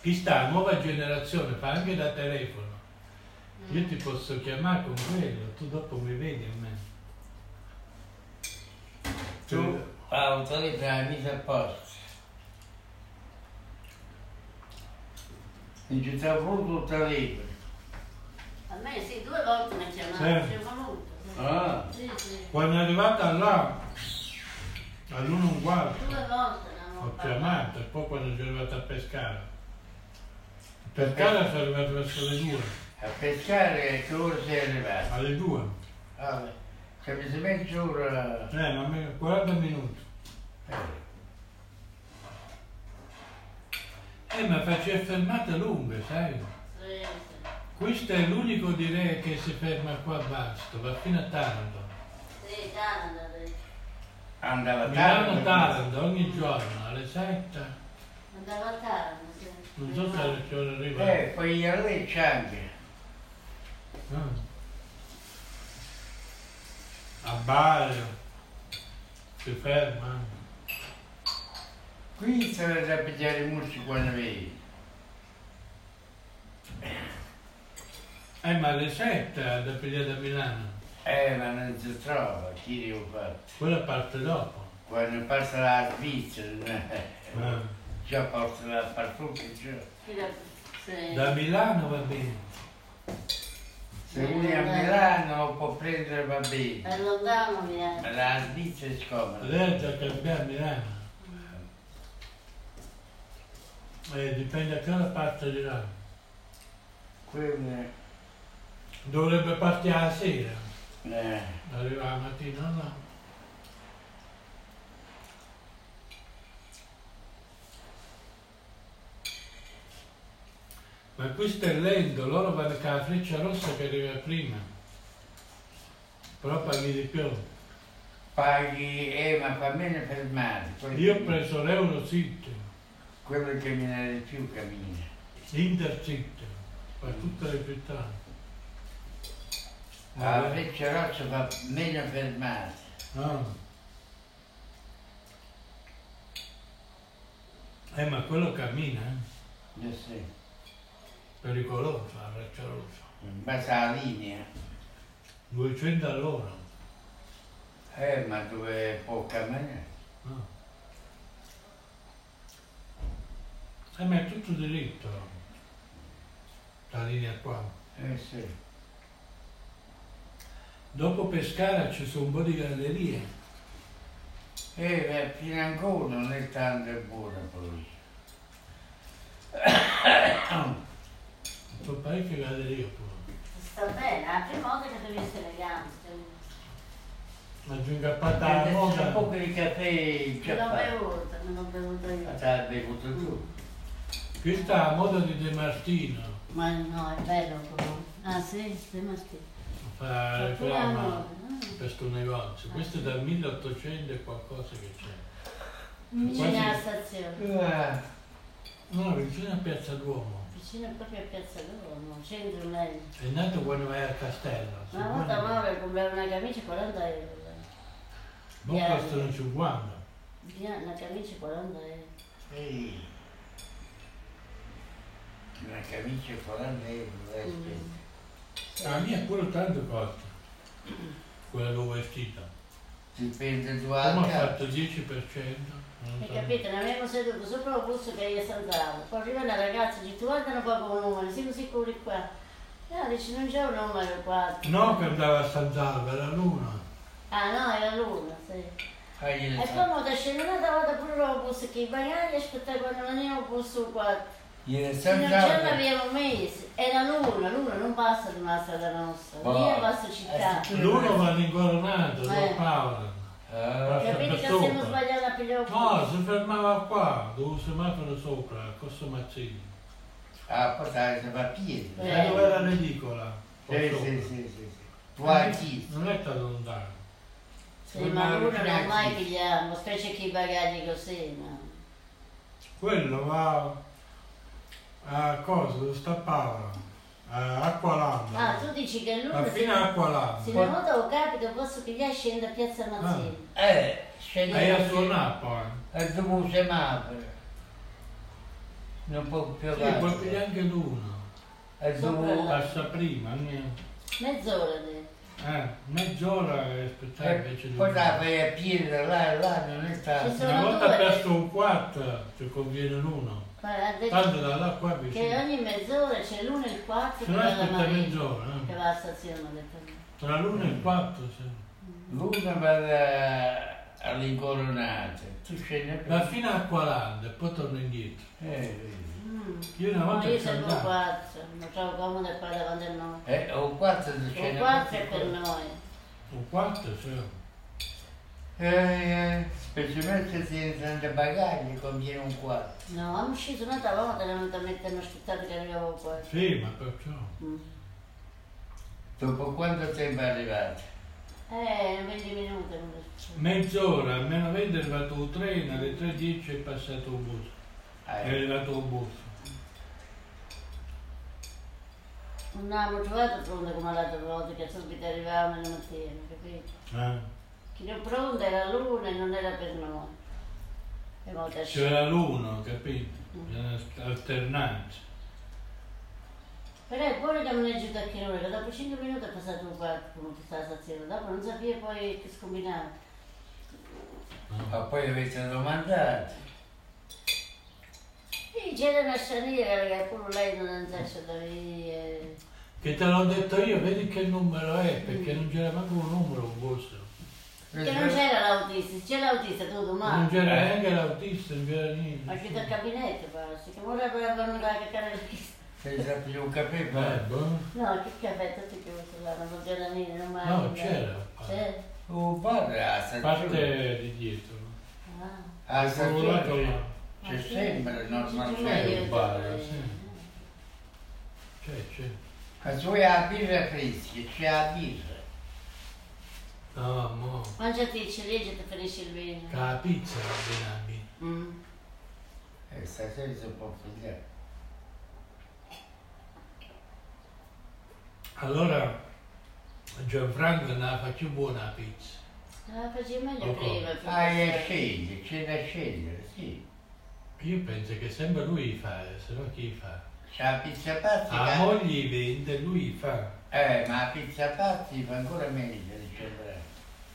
[SPEAKER 3] Chi sta, la nuova generazione, fa anche da telefono. Io ti posso chiamare con quello, tu dopo mi vedi a me.
[SPEAKER 2] Tu autorizza la vita a posto. In città pure tutta libera.
[SPEAKER 1] A me sì, due volte mi ha chiamato,
[SPEAKER 3] Sì.
[SPEAKER 1] ci è voluto.
[SPEAKER 2] Ah,
[SPEAKER 1] Sì, sì.
[SPEAKER 3] Quando è arrivata là, all'uno un quarto,
[SPEAKER 1] Due volte l'hanno
[SPEAKER 3] ho
[SPEAKER 1] fatto.
[SPEAKER 3] chiamato e poi quando sono arrivato a Pescara. Pescara sono arrivato verso le due,
[SPEAKER 2] a pescare che ora sei arrivato?
[SPEAKER 3] alle due.
[SPEAKER 2] Ah, beh, ci avete messo ora...
[SPEAKER 3] Eh, ma me- 40 minuti. Eh, ma faceva fermate lunghe, sai?
[SPEAKER 1] Sì, sì.
[SPEAKER 3] Questo è l'unico direi che si ferma qua a Basto, va fino a Taranto.
[SPEAKER 1] Sì, Canada, sì.
[SPEAKER 2] Andava a
[SPEAKER 3] Milano
[SPEAKER 2] Taranto.
[SPEAKER 3] Taranto ogni giorno alle 7.
[SPEAKER 1] Andava a Taranto, sì.
[SPEAKER 3] Non so se alle che ora arriva.
[SPEAKER 2] Eh, poi a lei c'è anche.
[SPEAKER 3] Ah. A Bari si ferma.
[SPEAKER 2] Qui sarà da pigliare i muschi quando vedi.
[SPEAKER 3] Eh ma alle 7 da pigliare da Milano,
[SPEAKER 2] Eh, ma non si trova, chi li ho fatto?
[SPEAKER 3] quella parte dopo.
[SPEAKER 2] Quando passa la Svizzera,
[SPEAKER 3] Eh.
[SPEAKER 2] già porta la partucca, già.
[SPEAKER 1] Sì, da- sì.
[SPEAKER 3] Da Milano va bene.
[SPEAKER 2] Se uno è a Milano può prendere va bene,
[SPEAKER 1] È lontano, mi ha-
[SPEAKER 2] ma la Svizzera è scomoda.
[SPEAKER 3] Lei già cambia a Milano. Eh, dipende da che ora parte di là.
[SPEAKER 2] Quindi,
[SPEAKER 3] Dovrebbe partire la sera,
[SPEAKER 2] eh,
[SPEAKER 3] arriva la mattina, no? Ma questo è lento, loro vanno con la freccia rossa che arriva prima. Però paghi di più.
[SPEAKER 2] paghi, eh, ma fa bene fermare. Quello
[SPEAKER 3] Io ho
[SPEAKER 2] che-
[SPEAKER 3] preso l'euro zitto,
[SPEAKER 2] Quello che cammina di più cammina.
[SPEAKER 3] l'interzitto, per tutte le città.
[SPEAKER 2] La freccia rossa fa meno fermare.
[SPEAKER 3] Ah. Eh, ma quello cammina, eh?
[SPEAKER 2] Io sì,
[SPEAKER 3] Pericoloso, la freccia rossa.
[SPEAKER 2] in base alla linea.
[SPEAKER 3] 200 all'ora.
[SPEAKER 2] Eh, ma dove può camminare?
[SPEAKER 3] Ah. Eh, ma è tutto diritto. La linea qua.
[SPEAKER 2] Eh sì.
[SPEAKER 3] Dopo Pescara ci sono un po' di gallerie.
[SPEAKER 2] Eh, beh, fino ancora non è tanto buona poi.
[SPEAKER 3] Sono parecchie gallerie pure.
[SPEAKER 1] Sta bene, è la prima volta che ho visto le gambe.
[SPEAKER 3] Ma giù incappata la
[SPEAKER 2] Adesso un po'
[SPEAKER 3] moda.
[SPEAKER 2] di caffè
[SPEAKER 1] Me
[SPEAKER 2] già
[SPEAKER 1] l'ho
[SPEAKER 2] fatto.
[SPEAKER 1] bevuta, me l'ho bevuta
[SPEAKER 2] Ma
[SPEAKER 1] io.
[SPEAKER 2] Ah, te l'hai bevuto tu?
[SPEAKER 3] Questa è la moda di De Martino.
[SPEAKER 1] Ma no, è bello però. Ah sì, sei maschile.
[SPEAKER 3] Fa
[SPEAKER 1] Ma pure la
[SPEAKER 3] reclama.
[SPEAKER 1] moda,
[SPEAKER 3] questo negozio, questo è dal 1800 e qualcosa che c'è.
[SPEAKER 1] no? Vicino alla
[SPEAKER 3] Quasi-
[SPEAKER 1] stazione,
[SPEAKER 3] Eh.
[SPEAKER 2] Ah,
[SPEAKER 3] No, vicino a Piazza Duomo.
[SPEAKER 1] vicino proprio a Piazza Duomo, centro meglio.
[SPEAKER 3] È nato quando vai al castello.
[SPEAKER 1] Una volta Mauro comprava una camicia 40 euro.
[SPEAKER 3] Mo costano 50.
[SPEAKER 1] Via, Una camicia 40 euro.
[SPEAKER 2] ehi. Una camicia 40 euro, dai,
[SPEAKER 1] Mm.
[SPEAKER 2] aspetta.
[SPEAKER 3] La mia pure tanto costa. Quella che ho vestita.
[SPEAKER 2] Dipende da
[SPEAKER 3] Come ha
[SPEAKER 2] alta.
[SPEAKER 3] fatto il 10%? Non
[SPEAKER 1] Hai
[SPEAKER 3] so.
[SPEAKER 1] capito? Ne abbiamo seduto sopra un busto che gli è saltato. Poi arriva una ragazza e dice, tu guardano qua come numero, siamo sicuri qua. No, dice, non c'è un numero 4.
[SPEAKER 3] No, che andava a San Salvo, era l'una.
[SPEAKER 1] Ah no, era l'uno, sì.
[SPEAKER 2] Ah, glielo
[SPEAKER 1] E
[SPEAKER 2] sa-
[SPEAKER 1] poi da scendere vado pure l'autobus che magari aspettare quando veniamo bus qua.
[SPEAKER 2] Glielo sa
[SPEAKER 1] Non ce
[SPEAKER 2] usare.
[SPEAKER 1] l'abbiamo messo, era l'una, l'una non passa da una strada nostra, via
[SPEAKER 2] Boh.
[SPEAKER 1] passa città.
[SPEAKER 2] Eh,
[SPEAKER 3] L'uno va all'incoronato, da
[SPEAKER 1] Eh.
[SPEAKER 3] Paola.
[SPEAKER 2] Ah,
[SPEAKER 1] Capite che siamo sbagliati a pigliare un
[SPEAKER 3] No,
[SPEAKER 1] bus?
[SPEAKER 3] si fermava qua, dove il semaforo sopra, a Costo Mazzini.
[SPEAKER 2] ah, poi dai, se va a piedi.
[SPEAKER 1] Eh.
[SPEAKER 3] E dove era ridicola.
[SPEAKER 2] Sì,
[SPEAKER 3] Qua
[SPEAKER 2] Eh, sì,
[SPEAKER 3] sopra.
[SPEAKER 2] sì, sì. sì. Tu hai chi?
[SPEAKER 3] Non è stato lontano.
[SPEAKER 1] Sì, ma l'una non mai pigliamo, specie che i bagagli così, no.
[SPEAKER 3] Quello va a cosa? Dove sta Paola? A Acqualanda.
[SPEAKER 1] Ah, tu dici che
[SPEAKER 3] Ma
[SPEAKER 1] l'una
[SPEAKER 3] fino a
[SPEAKER 1] se se
[SPEAKER 3] Acqualanda.
[SPEAKER 1] una volta ho capito posso pigliare e scendere a Piazza Mazzini.
[SPEAKER 2] Eh,
[SPEAKER 3] E a
[SPEAKER 2] scegliere.
[SPEAKER 3] eh. suonare poi.
[SPEAKER 2] E dopo un semaforo. non può più
[SPEAKER 3] Sì, puoi
[SPEAKER 2] avanti.
[SPEAKER 3] pigliare anche l'uno.
[SPEAKER 2] È due,
[SPEAKER 3] Passa prima, ne-
[SPEAKER 1] Mezz'ora dai.
[SPEAKER 3] eh, mezz'ora e aspettare invece
[SPEAKER 2] eh,
[SPEAKER 3] di
[SPEAKER 2] poi la
[SPEAKER 3] una.
[SPEAKER 2] vai a piede là e là, non è
[SPEAKER 1] Ci
[SPEAKER 2] tanto.
[SPEAKER 1] sono-
[SPEAKER 3] Una volta
[SPEAKER 1] due.
[SPEAKER 3] perso un quarto, ti conviene l'uno.
[SPEAKER 1] Ma ha detto
[SPEAKER 3] Tanto da là qua è
[SPEAKER 1] che
[SPEAKER 3] vicino.
[SPEAKER 1] ogni mezz'ora c'è l'uno e il quattro
[SPEAKER 3] Se
[SPEAKER 1] che
[SPEAKER 3] no
[SPEAKER 1] va alla
[SPEAKER 3] aspetta
[SPEAKER 1] Maria,
[SPEAKER 3] mezz'ora.
[SPEAKER 1] che
[SPEAKER 3] eh.
[SPEAKER 1] va alla stazione. ha detto.
[SPEAKER 3] Tra l'uno e il quattro. sì.
[SPEAKER 2] L'una va da- eh, all'incoronata, tu scendi più.
[SPEAKER 3] Va fino a 40 e poi torno indietro.
[SPEAKER 2] Eh, vedi.
[SPEAKER 1] Mm.
[SPEAKER 3] Io una
[SPEAKER 1] No,
[SPEAKER 3] volta
[SPEAKER 1] io
[SPEAKER 3] ci
[SPEAKER 1] servo
[SPEAKER 3] andavo.
[SPEAKER 1] quattro, non trovo comodo e poi davanti a noi.
[SPEAKER 2] Eh, o quattro tu
[SPEAKER 1] Un
[SPEAKER 2] scendi
[SPEAKER 1] quattro è
[SPEAKER 2] più.
[SPEAKER 1] per noi.
[SPEAKER 3] Un quarto, sì.
[SPEAKER 2] Eh, eh, specialmente se tieni tanti bagagli, conviene un quattro.
[SPEAKER 1] No, abbiamo sceso un'altra volta, era venuta a mettere uno spettacolo che arrivavo qua.
[SPEAKER 3] Sì, ma perciò.
[SPEAKER 1] Mm.
[SPEAKER 2] Dopo quanto tempo arrivate?
[SPEAKER 1] Eh, 20 minuti. non lo so.
[SPEAKER 3] Mezz'ora, almeno 20 è arrivato un treno, alle 3.10 è passato un bus. È
[SPEAKER 2] Eh,
[SPEAKER 3] arrivato un bus.
[SPEAKER 1] Non abbiamo trovato pronta come l'altra volta che subito arrivavamo la mattina, capito?
[SPEAKER 3] Eh.
[SPEAKER 1] Che non pronta era l'una e non era per noi. E molta scelta.
[SPEAKER 3] C'era l'uno, capito? Bisogna alternarsi.
[SPEAKER 1] Però è buono che mi aiuta a che ora, che dopo 5 minuti è passato un quarto come tutta la stazione, dopo non sapevo poi che scombinare.
[SPEAKER 2] ma poi avete domandato.
[SPEAKER 1] Sì, c'era una scianiera che pure lei non andava da lì. eh.
[SPEAKER 3] Che te l'ho detto io, vedi che numero è, perché non c'era manco un numero un bus.
[SPEAKER 1] Che non c'era l'autista, c'era l'autista tu
[SPEAKER 3] Non
[SPEAKER 1] domani.
[SPEAKER 3] c'era
[SPEAKER 2] Eh.
[SPEAKER 3] neanche l'autista, non c'era
[SPEAKER 1] Ma c'è
[SPEAKER 3] niente.
[SPEAKER 1] dal gabinetto, basta, che vorrei però andare a cacare l'autista.
[SPEAKER 2] Senza più un caffè,
[SPEAKER 3] Eh,
[SPEAKER 2] ma...
[SPEAKER 3] boh.
[SPEAKER 1] No, che caffè, tutti che vuoi là, non c'era niente, non
[SPEAKER 2] Eh.
[SPEAKER 1] mai.
[SPEAKER 3] No, c'era.
[SPEAKER 1] C'era?
[SPEAKER 2] Oh, padre, a stazione.
[SPEAKER 3] Parte di dietro.
[SPEAKER 1] Ah.
[SPEAKER 2] A
[SPEAKER 3] Ho volato
[SPEAKER 2] stazione.
[SPEAKER 3] là.
[SPEAKER 2] C'è
[SPEAKER 1] Ah, sì?
[SPEAKER 2] sempre, no, non
[SPEAKER 1] Ci sono
[SPEAKER 2] c'è.
[SPEAKER 1] io,
[SPEAKER 3] un bar,
[SPEAKER 1] eh.
[SPEAKER 3] sì. C'è, c'è.
[SPEAKER 2] Ma tu hai la birra fresca, c'è la birra.
[SPEAKER 3] No, mo.
[SPEAKER 1] Mangiati il ciliegio e ti finisce il vino.
[SPEAKER 3] Che la pizza la benavi.
[SPEAKER 1] Mm.
[SPEAKER 2] E stasera si può fare.
[SPEAKER 3] Allora, Gianfranco non la faccio buona la pizza.
[SPEAKER 1] La facevi Ah, meglio
[SPEAKER 3] Oh,
[SPEAKER 1] prima. più
[SPEAKER 2] Ah,
[SPEAKER 1] che-
[SPEAKER 2] e scegli, c'è da scegliere, sì.
[SPEAKER 3] Io penso che sempre lui fa, se no chi fa?
[SPEAKER 2] C'è la pizza
[SPEAKER 3] La
[SPEAKER 2] pazzica.
[SPEAKER 3] moglie vende, lui fa.
[SPEAKER 2] Eh, ma la pizza pazzica fa ancora meglio, diceva.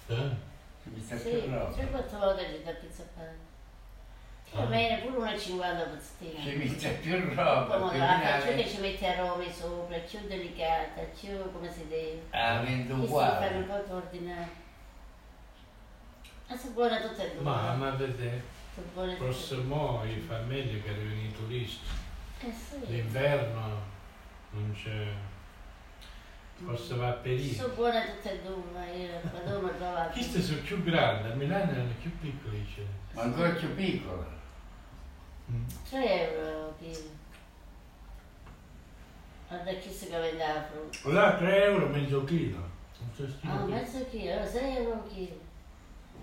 [SPEAKER 3] Eh?
[SPEAKER 2] Mi sta
[SPEAKER 1] Sì,
[SPEAKER 2] più roba.
[SPEAKER 1] 3-4 volte gli da pizza pane. Più o
[SPEAKER 3] Ah.
[SPEAKER 1] meno, pure una 50 pezzettina.
[SPEAKER 2] Ci mette più
[SPEAKER 1] Poi
[SPEAKER 2] roba,
[SPEAKER 1] mo
[SPEAKER 2] più
[SPEAKER 1] la faccio che
[SPEAKER 2] una
[SPEAKER 1] ci mette aromi sopra, più delicata, più come si deve.
[SPEAKER 2] avendo
[SPEAKER 1] Che si fanno un
[SPEAKER 2] uguale.
[SPEAKER 1] po' più ordinate. Ma sono buone tutte e due.
[SPEAKER 3] Ma, ma vedete,
[SPEAKER 1] Sono buone tutte e due.
[SPEAKER 3] prossimo i famiglie che arrivano i turisti,
[SPEAKER 1] Eh sì.
[SPEAKER 3] l'inverno non c'è, forse va a
[SPEAKER 1] Sono
[SPEAKER 3] perire.
[SPEAKER 1] buone tutte e due, ma io quando mi trovate.
[SPEAKER 3] Queste sono più grandi, a Milano erano più piccole. cioè.
[SPEAKER 2] Ma ancora più piccola.
[SPEAKER 1] 3 euro chilo. Guarda chi si vende la frutta.
[SPEAKER 3] Là 3 euro mezzo chilo, non c'è
[SPEAKER 1] Ah,
[SPEAKER 3] stile.
[SPEAKER 1] mezzo chilo, 6 euro chilo.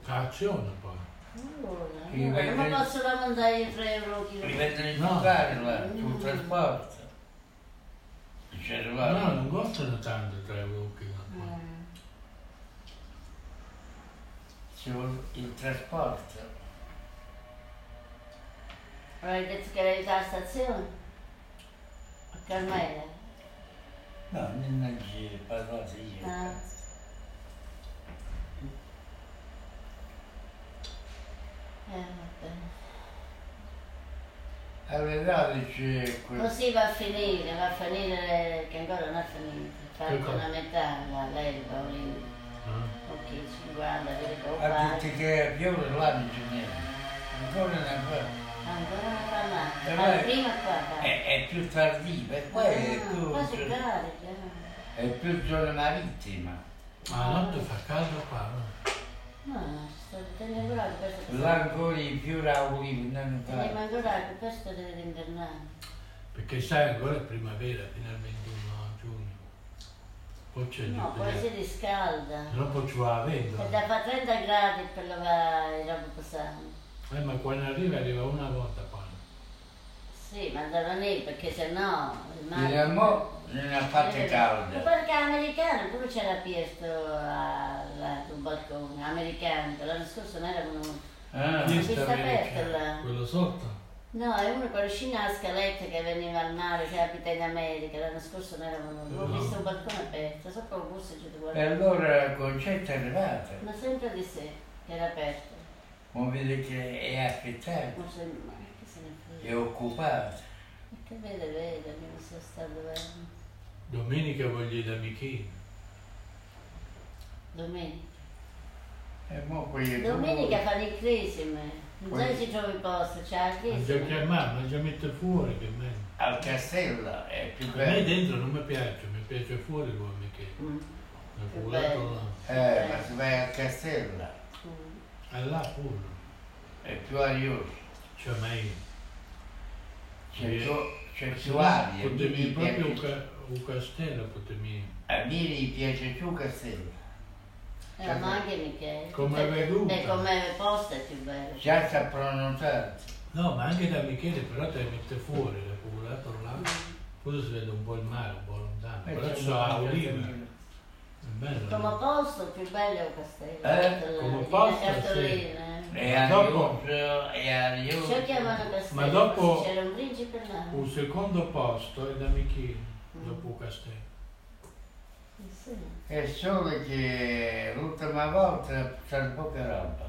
[SPEAKER 3] Cazzione poi.
[SPEAKER 1] Allora,
[SPEAKER 2] Chi
[SPEAKER 1] allora
[SPEAKER 2] vende-
[SPEAKER 1] non posso la mandare 3 euro chilo.
[SPEAKER 2] Mi vendono in
[SPEAKER 3] No.
[SPEAKER 2] totale là, sul trasporto. Ci
[SPEAKER 3] No,
[SPEAKER 2] arrivava.
[SPEAKER 3] non costano tanto 3 euro un chilo. qua.
[SPEAKER 1] Mm.
[SPEAKER 2] Ci vuole il trasporto.
[SPEAKER 1] Allora, hai detto che eri alla stazione? A Carmela?
[SPEAKER 2] No, non ci parlate io.
[SPEAKER 1] Ah. Eh, vabbè.
[SPEAKER 2] Alle 12 quel
[SPEAKER 1] Così va a finire, va a finire che ancora non è finita.
[SPEAKER 3] Che
[SPEAKER 1] Fatto
[SPEAKER 3] cosa?
[SPEAKER 1] una metà, la l'erba, lì,
[SPEAKER 3] Eh?
[SPEAKER 1] ok, 50, vedi che ho
[SPEAKER 2] a
[SPEAKER 1] fatto.
[SPEAKER 2] tutti che piove là non c'è niente. Ancora non ancora.
[SPEAKER 1] Ancora non va
[SPEAKER 2] Eh,
[SPEAKER 1] mai.
[SPEAKER 2] vai.
[SPEAKER 1] Ma prima qua va.
[SPEAKER 2] È, è più tardiva e poi è cioè.
[SPEAKER 1] Ah,
[SPEAKER 2] più,
[SPEAKER 1] qua si carica.
[SPEAKER 2] è più zona marittima.
[SPEAKER 3] Ma la notte fa caldo qua, no?
[SPEAKER 1] No, sto tenendo ancora che questo
[SPEAKER 2] Là ancora i più rauli non
[SPEAKER 1] Tenendo
[SPEAKER 2] fa.
[SPEAKER 1] ancora che questo deve invernare.
[SPEAKER 3] Perché sai ancora è primavera fino al 21 giugno. Poi c'è il
[SPEAKER 1] No, Eh, poi si riscalda.
[SPEAKER 3] Dopo ci va a
[SPEAKER 1] E
[SPEAKER 3] vento.
[SPEAKER 1] da fa 30 gradi per lavare la roba pesante.
[SPEAKER 3] Eh, ma quando arriva arriva una volta qua.
[SPEAKER 1] Sì, ma andava lì perché sennò il mare...
[SPEAKER 2] Il mo non ha
[SPEAKER 1] Eh.
[SPEAKER 2] fatto
[SPEAKER 1] Ma
[SPEAKER 2] caldo.
[SPEAKER 1] perché americano, pure c'era Piesto alla- sul balcone, americano, l'anno scorso non era venuto.
[SPEAKER 2] Ah,
[SPEAKER 1] si sta aperta
[SPEAKER 3] americano,
[SPEAKER 1] là.
[SPEAKER 3] Quello sotto?
[SPEAKER 1] No, è uno con vicino alla scaletta che veniva al mare, che abita in America, l'anno scorso noi eravamo, avenuto, ho
[SPEAKER 2] No. Eh.
[SPEAKER 1] visto un balcone aperto, sopra un bus giù di
[SPEAKER 2] E
[SPEAKER 1] guardare.
[SPEAKER 2] allora il concetto è arrivato.
[SPEAKER 1] Ma sempre di sé, che era aperto.
[SPEAKER 2] Ma vede che è affettato,
[SPEAKER 1] Ma se- ma che se ne frega.
[SPEAKER 2] è occupato.
[SPEAKER 1] Ma che vede, vede, mi sono stato bene.
[SPEAKER 3] Domenica voglio da Michino.
[SPEAKER 1] Domenica.
[SPEAKER 2] E mo poi
[SPEAKER 1] Domenica fa il crisime. Non so
[SPEAKER 2] Poi-
[SPEAKER 1] se ci trovi posto, c'è il
[SPEAKER 3] Ma già
[SPEAKER 1] crisime.
[SPEAKER 3] chiamato, ma già mette fuori che me.
[SPEAKER 2] Al castello è più
[SPEAKER 3] A me
[SPEAKER 2] bello.
[SPEAKER 3] dentro non mi piace, mi piace fuori l'uomo Michino.
[SPEAKER 1] Mm,
[SPEAKER 3] La
[SPEAKER 1] Che
[SPEAKER 3] culato
[SPEAKER 1] bello.
[SPEAKER 3] là.
[SPEAKER 2] Eh, ma se vai al castello
[SPEAKER 1] mm.
[SPEAKER 3] Ah, là pure.
[SPEAKER 2] è più arioso,
[SPEAKER 3] Cioè, ma io.
[SPEAKER 2] c'è
[SPEAKER 3] Eh,
[SPEAKER 2] più, c'è più aria. A
[SPEAKER 3] Potevi
[SPEAKER 2] Miri
[SPEAKER 3] proprio un,
[SPEAKER 2] piace-
[SPEAKER 3] ca- un castello, potevi.
[SPEAKER 2] a Miri piace più castello.
[SPEAKER 1] Eh, ma anche Michele.
[SPEAKER 3] Come è venuta.
[SPEAKER 1] E eh, come posto è più bello.
[SPEAKER 2] Già sta
[SPEAKER 3] Eh,
[SPEAKER 2] prenotato.
[SPEAKER 3] No, ma anche da Michele, però te la mette fuori, la culato
[SPEAKER 1] Mm.
[SPEAKER 3] là. Poi si vede un po' il mare, un po' lontano.
[SPEAKER 2] Eh,
[SPEAKER 3] Però
[SPEAKER 2] c'è
[SPEAKER 3] ci
[SPEAKER 2] un-
[SPEAKER 3] sono a oliva. È bello. eh.
[SPEAKER 1] Come
[SPEAKER 3] no?
[SPEAKER 1] posto è più bello è un castello.
[SPEAKER 2] Eh,
[SPEAKER 3] come
[SPEAKER 1] Le
[SPEAKER 3] posto,
[SPEAKER 1] cartoline, eh.
[SPEAKER 2] È
[SPEAKER 3] Ma dopo-
[SPEAKER 2] arioso, è
[SPEAKER 1] Ci ho
[SPEAKER 2] arioso.
[SPEAKER 1] chiamato castello.
[SPEAKER 3] Eh, Ma dopo-
[SPEAKER 1] C'era un principe là.
[SPEAKER 3] Un secondo posto è da Michele, dopo Castello.
[SPEAKER 1] Eh, Sì.
[SPEAKER 2] È solo che l'ultima volta c'è poca roba.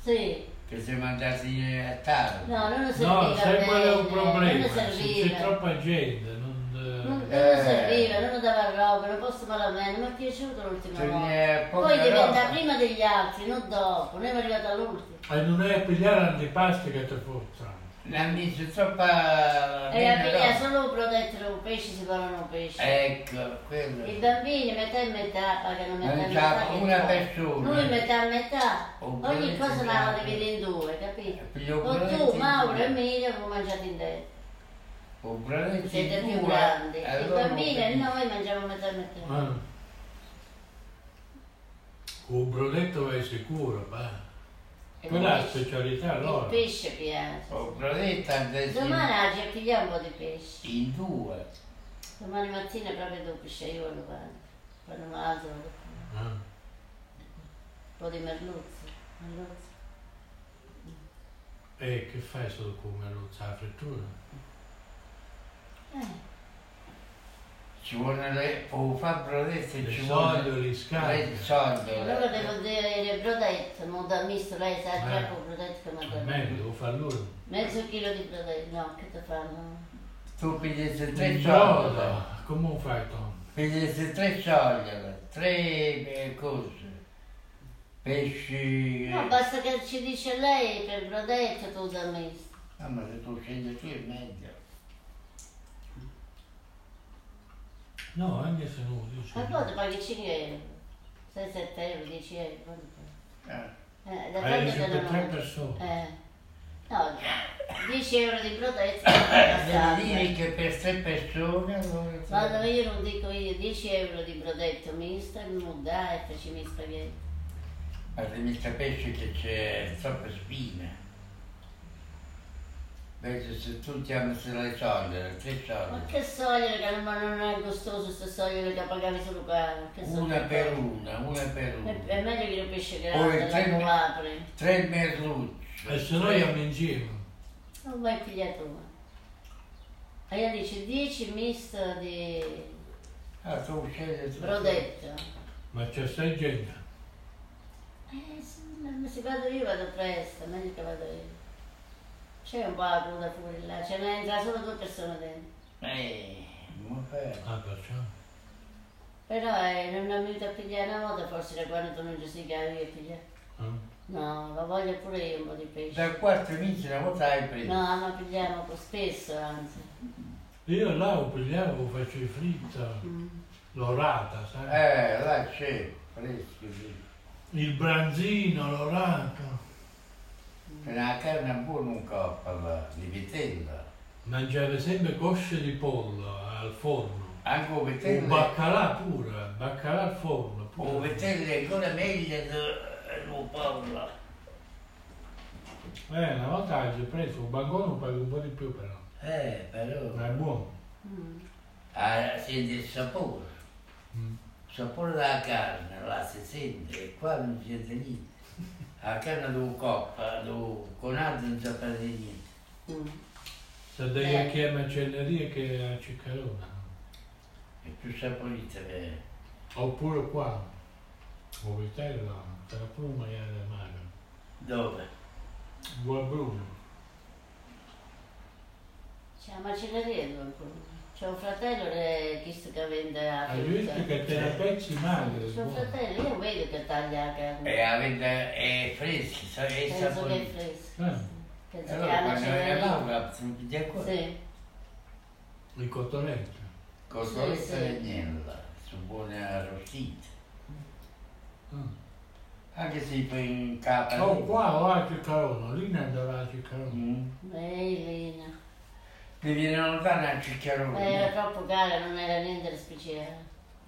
[SPEAKER 1] Sì.
[SPEAKER 2] Che siamo andati a Taranto.
[SPEAKER 1] No, non lo serviva.
[SPEAKER 3] No, sai qual è un
[SPEAKER 1] bene, Non
[SPEAKER 3] problema?
[SPEAKER 1] lo
[SPEAKER 3] Se c'è
[SPEAKER 1] serviva.
[SPEAKER 3] troppa gente, non.
[SPEAKER 1] Non,
[SPEAKER 3] eh,
[SPEAKER 1] non lo serviva, non lo dava roba, non posso malamente, mi è piaciuto l'ultima
[SPEAKER 2] Ce
[SPEAKER 1] volta.
[SPEAKER 2] n'è poca
[SPEAKER 1] Poi diventa
[SPEAKER 2] roba.
[SPEAKER 1] prima degli altri, non dopo, noi siamo arrivati all'ultimo.
[SPEAKER 3] E eh, non è a pigliare l'antipasto che ti forzano.
[SPEAKER 2] La mise troppa...
[SPEAKER 1] E la
[SPEAKER 2] meno
[SPEAKER 1] figlia
[SPEAKER 2] roba.
[SPEAKER 1] Eh, solo un protetto un pesce si parlano pesce.
[SPEAKER 2] Ecco, quello.
[SPEAKER 1] I bambini metà e metà pagano metà e
[SPEAKER 2] Mangiava
[SPEAKER 1] metà. che
[SPEAKER 2] Eh, una
[SPEAKER 1] trovi.
[SPEAKER 2] persona. Oh,
[SPEAKER 1] Lui metà e metà.
[SPEAKER 2] Oppure
[SPEAKER 1] Ogni cosa
[SPEAKER 2] si
[SPEAKER 1] la
[SPEAKER 2] mangia.
[SPEAKER 1] divide in due, capito?
[SPEAKER 2] Piglio
[SPEAKER 1] O
[SPEAKER 2] pure
[SPEAKER 1] tu,
[SPEAKER 2] in
[SPEAKER 1] Mauro
[SPEAKER 2] due.
[SPEAKER 1] e Emilio, voi mangiate in te.
[SPEAKER 2] Un brano
[SPEAKER 1] Siete più
[SPEAKER 2] Eh,
[SPEAKER 1] grandi. I bambini e noi mangiamo metà e metà.
[SPEAKER 3] Ah. Un brodetto vai sicuro, va.
[SPEAKER 1] E
[SPEAKER 3] Quella è la
[SPEAKER 1] il pesce-
[SPEAKER 3] specialità
[SPEAKER 1] il
[SPEAKER 3] loro.
[SPEAKER 1] pesce piace.
[SPEAKER 2] Un brano adesso
[SPEAKER 1] Domani
[SPEAKER 2] in,
[SPEAKER 1] oggi pigliamo un po' di pesce.
[SPEAKER 2] in due.
[SPEAKER 1] Domani mattina proprio dopo pesce io lo vado. Quando mi alzo lo prendo.
[SPEAKER 3] Ah.
[SPEAKER 1] un po' di merluzzi. merluzzi.
[SPEAKER 3] E Eh, che fai solo come lo sa la frittura?
[SPEAKER 1] Eh,
[SPEAKER 2] Ci vuole le... o fa brodette
[SPEAKER 3] Le
[SPEAKER 2] ci
[SPEAKER 3] soglio,
[SPEAKER 2] vuole...
[SPEAKER 3] gli
[SPEAKER 2] Le
[SPEAKER 3] scarpe.
[SPEAKER 1] allora
[SPEAKER 3] eh.
[SPEAKER 2] ciondole.
[SPEAKER 1] devo dire il brodetto, non da misto, lei sa già con brodetto che mi ha
[SPEAKER 3] A
[SPEAKER 1] dato.
[SPEAKER 3] me devo fare lui.
[SPEAKER 1] Mezzo chilo di brodetto, no, che ti fanno?
[SPEAKER 2] Tu pigliate tre
[SPEAKER 3] Il
[SPEAKER 2] ciondole.
[SPEAKER 3] brodo, come fai Tom?
[SPEAKER 2] Pigliate tre ciondole. Tre eh, cose.
[SPEAKER 3] Eh.
[SPEAKER 2] Pesci...
[SPEAKER 1] No, basta che ci dice lei per brodetto tu da misto.
[SPEAKER 2] Ah, ma se tu scendi qui è meglio.
[SPEAKER 3] No, anche se non lo dici.
[SPEAKER 1] Ma poi ti paghi 5 euro, 6, 7 euro, 10 euro. quanto paghi?
[SPEAKER 2] Eh.
[SPEAKER 1] Eh, da
[SPEAKER 3] Hai
[SPEAKER 1] tanto te
[SPEAKER 3] per tre
[SPEAKER 1] non
[SPEAKER 3] persone.
[SPEAKER 1] Eh, no, 10 euro di brodetto
[SPEAKER 3] Eh,
[SPEAKER 1] non
[SPEAKER 2] Devi Eh, dire che per tre persone allora... tu-
[SPEAKER 1] Vado io non dico io, 10 euro di brodetto misto e mi dai e facciamo i spaghetti.
[SPEAKER 2] Ma se mi capisci che c'è troppa spina. Invece se tu ti ami se le ciondole, tre
[SPEAKER 1] Ma
[SPEAKER 2] ciondole,
[SPEAKER 1] che sogliere che non, ma non è gustoso sto sogliere che pagavi solo qua. Che so
[SPEAKER 2] una
[SPEAKER 1] che
[SPEAKER 2] per
[SPEAKER 1] fa?
[SPEAKER 2] una, una per
[SPEAKER 1] È, è
[SPEAKER 2] una.
[SPEAKER 1] meglio che lo pesce
[SPEAKER 2] Poi
[SPEAKER 1] grande,
[SPEAKER 2] tre-
[SPEAKER 1] la lo apri.
[SPEAKER 2] Tre merlucci.
[SPEAKER 3] E se no io mi insieme.
[SPEAKER 1] Non vai pigliato uno. E io dice 10 misto di
[SPEAKER 2] Ah, tu scegli tu.
[SPEAKER 1] brodetto.
[SPEAKER 3] Ma c'è sei gente.
[SPEAKER 1] Eh sì, ma se vado io vado presto, meglio che vado io. C'è un po' la coda fuori là, ce ne entra solo due persone dentro.
[SPEAKER 2] Eh, ma fai?
[SPEAKER 3] Ah, perciò.
[SPEAKER 1] Però eh, non ho venuto a pigliare una volta, forse da quando tu non ci sei caro io pigliare.
[SPEAKER 3] Ah.
[SPEAKER 1] No, la voglio pure io un po' di pesce.
[SPEAKER 2] Da quattro amici una volta hai preso.
[SPEAKER 1] No, ma pigliamo po- spesso anzi.
[SPEAKER 3] Io là ho pigliavo, facevo fritta,
[SPEAKER 1] Mm,
[SPEAKER 3] l'orata, sai?
[SPEAKER 2] Eh, là c'è, fresco, sì.
[SPEAKER 3] Il branzino, l'orata.
[SPEAKER 2] C'è una carne buona un coppa là, di vitella.
[SPEAKER 3] Mangiava sempre cosce di pollo al forno.
[SPEAKER 2] Anche un
[SPEAKER 3] Un
[SPEAKER 2] vitello.
[SPEAKER 3] baccalà pure, baccalà al forno. pure.
[SPEAKER 2] Un vitello è ancora meglio del del pollo.
[SPEAKER 3] Eh, una volta ho preso un bancone, paghi un po' di più però.
[SPEAKER 2] Eh, però...
[SPEAKER 3] Ma è buono.
[SPEAKER 1] Mm.
[SPEAKER 2] Ah, sente il sapore,
[SPEAKER 3] Mm.
[SPEAKER 2] il sapore della carne, là si sente, e qua non si sente niente. La carne di un coppa, di un- con altro non si prende niente.
[SPEAKER 1] Mm.
[SPEAKER 3] Se dai a chi è macelleria che a Ciccarona.
[SPEAKER 2] è più saporita.
[SPEAKER 3] Oppure qua, o vitello, te la pure un maiale magro.
[SPEAKER 2] Dove?
[SPEAKER 3] Buon Bruno.
[SPEAKER 1] C'è la macelleria dove C'è un fratello eh, che sto che vende a
[SPEAKER 3] Hai visto Ah, che te la pezzi male?
[SPEAKER 1] C'è un
[SPEAKER 3] buono.
[SPEAKER 1] fratello, io vedo che taglia la
[SPEAKER 3] Eh,
[SPEAKER 2] E
[SPEAKER 1] carne.
[SPEAKER 2] avete, è fresca, sa- è
[SPEAKER 1] Penso che è
[SPEAKER 2] saporita.
[SPEAKER 1] fresco.
[SPEAKER 3] Eh,
[SPEAKER 1] Penso che
[SPEAKER 2] Allora
[SPEAKER 1] la
[SPEAKER 2] quando è
[SPEAKER 1] macelleria.
[SPEAKER 2] Laura, sono tutti d'accordo?
[SPEAKER 1] Sì,
[SPEAKER 3] Il cotonetto.
[SPEAKER 1] Sì, sì.
[SPEAKER 2] Costoletta e niente, sono buone arrostite.
[SPEAKER 3] Mm.
[SPEAKER 2] Anche se poi in capa.
[SPEAKER 3] O qua o a Ciccarona, lì ne andava a Ciccarona.
[SPEAKER 2] Mm.
[SPEAKER 1] bellina.
[SPEAKER 2] Mi viene lontano a
[SPEAKER 1] Ma
[SPEAKER 2] cicchiarone.
[SPEAKER 1] era troppo cara, non era niente di speciale.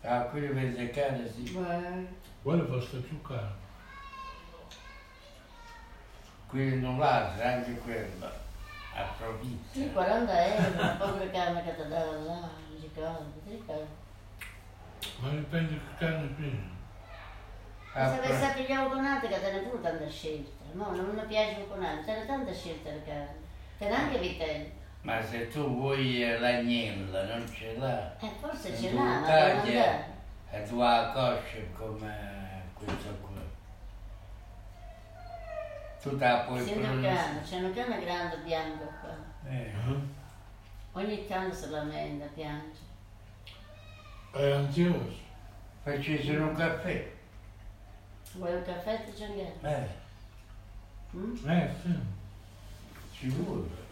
[SPEAKER 2] Ah, quello per seccare sì.
[SPEAKER 1] Beh,
[SPEAKER 3] Quello costa più caro.
[SPEAKER 2] Quello non l'altro, anche quello. Approfitta.
[SPEAKER 1] sì, 40 euro, la povera carne che ti dava là, "Ah, non si ricordo, ti ricordo.
[SPEAKER 3] Ma dipende che carne prima.
[SPEAKER 1] Se
[SPEAKER 2] Appro-
[SPEAKER 1] avessi pigliato con altri che te ne pure tanta scelta, no, non mi piace con altri, c'era tanta scelta di carne, c'era anche vitello.
[SPEAKER 2] Ma se tu vuoi eh, l'agnella, non ce l'ha.
[SPEAKER 1] Eh, forse
[SPEAKER 2] Non
[SPEAKER 1] ce
[SPEAKER 2] tu
[SPEAKER 1] l'ha, ma
[SPEAKER 2] taglia.
[SPEAKER 1] devo andare.
[SPEAKER 2] E tu la coscia come questo qua. Tu te la puoi
[SPEAKER 1] C'è un
[SPEAKER 2] prendere.
[SPEAKER 1] cane, c'è un cane grande bianco qua.
[SPEAKER 2] Eh.
[SPEAKER 1] Ogni tanto si lamenta, piange.
[SPEAKER 3] È ansioso.
[SPEAKER 2] Facessi un caffè.
[SPEAKER 1] Vuoi un caffè, ti c'è un cane?
[SPEAKER 2] Eh,
[SPEAKER 1] Mm?
[SPEAKER 3] Eh sì.
[SPEAKER 2] ci vuole.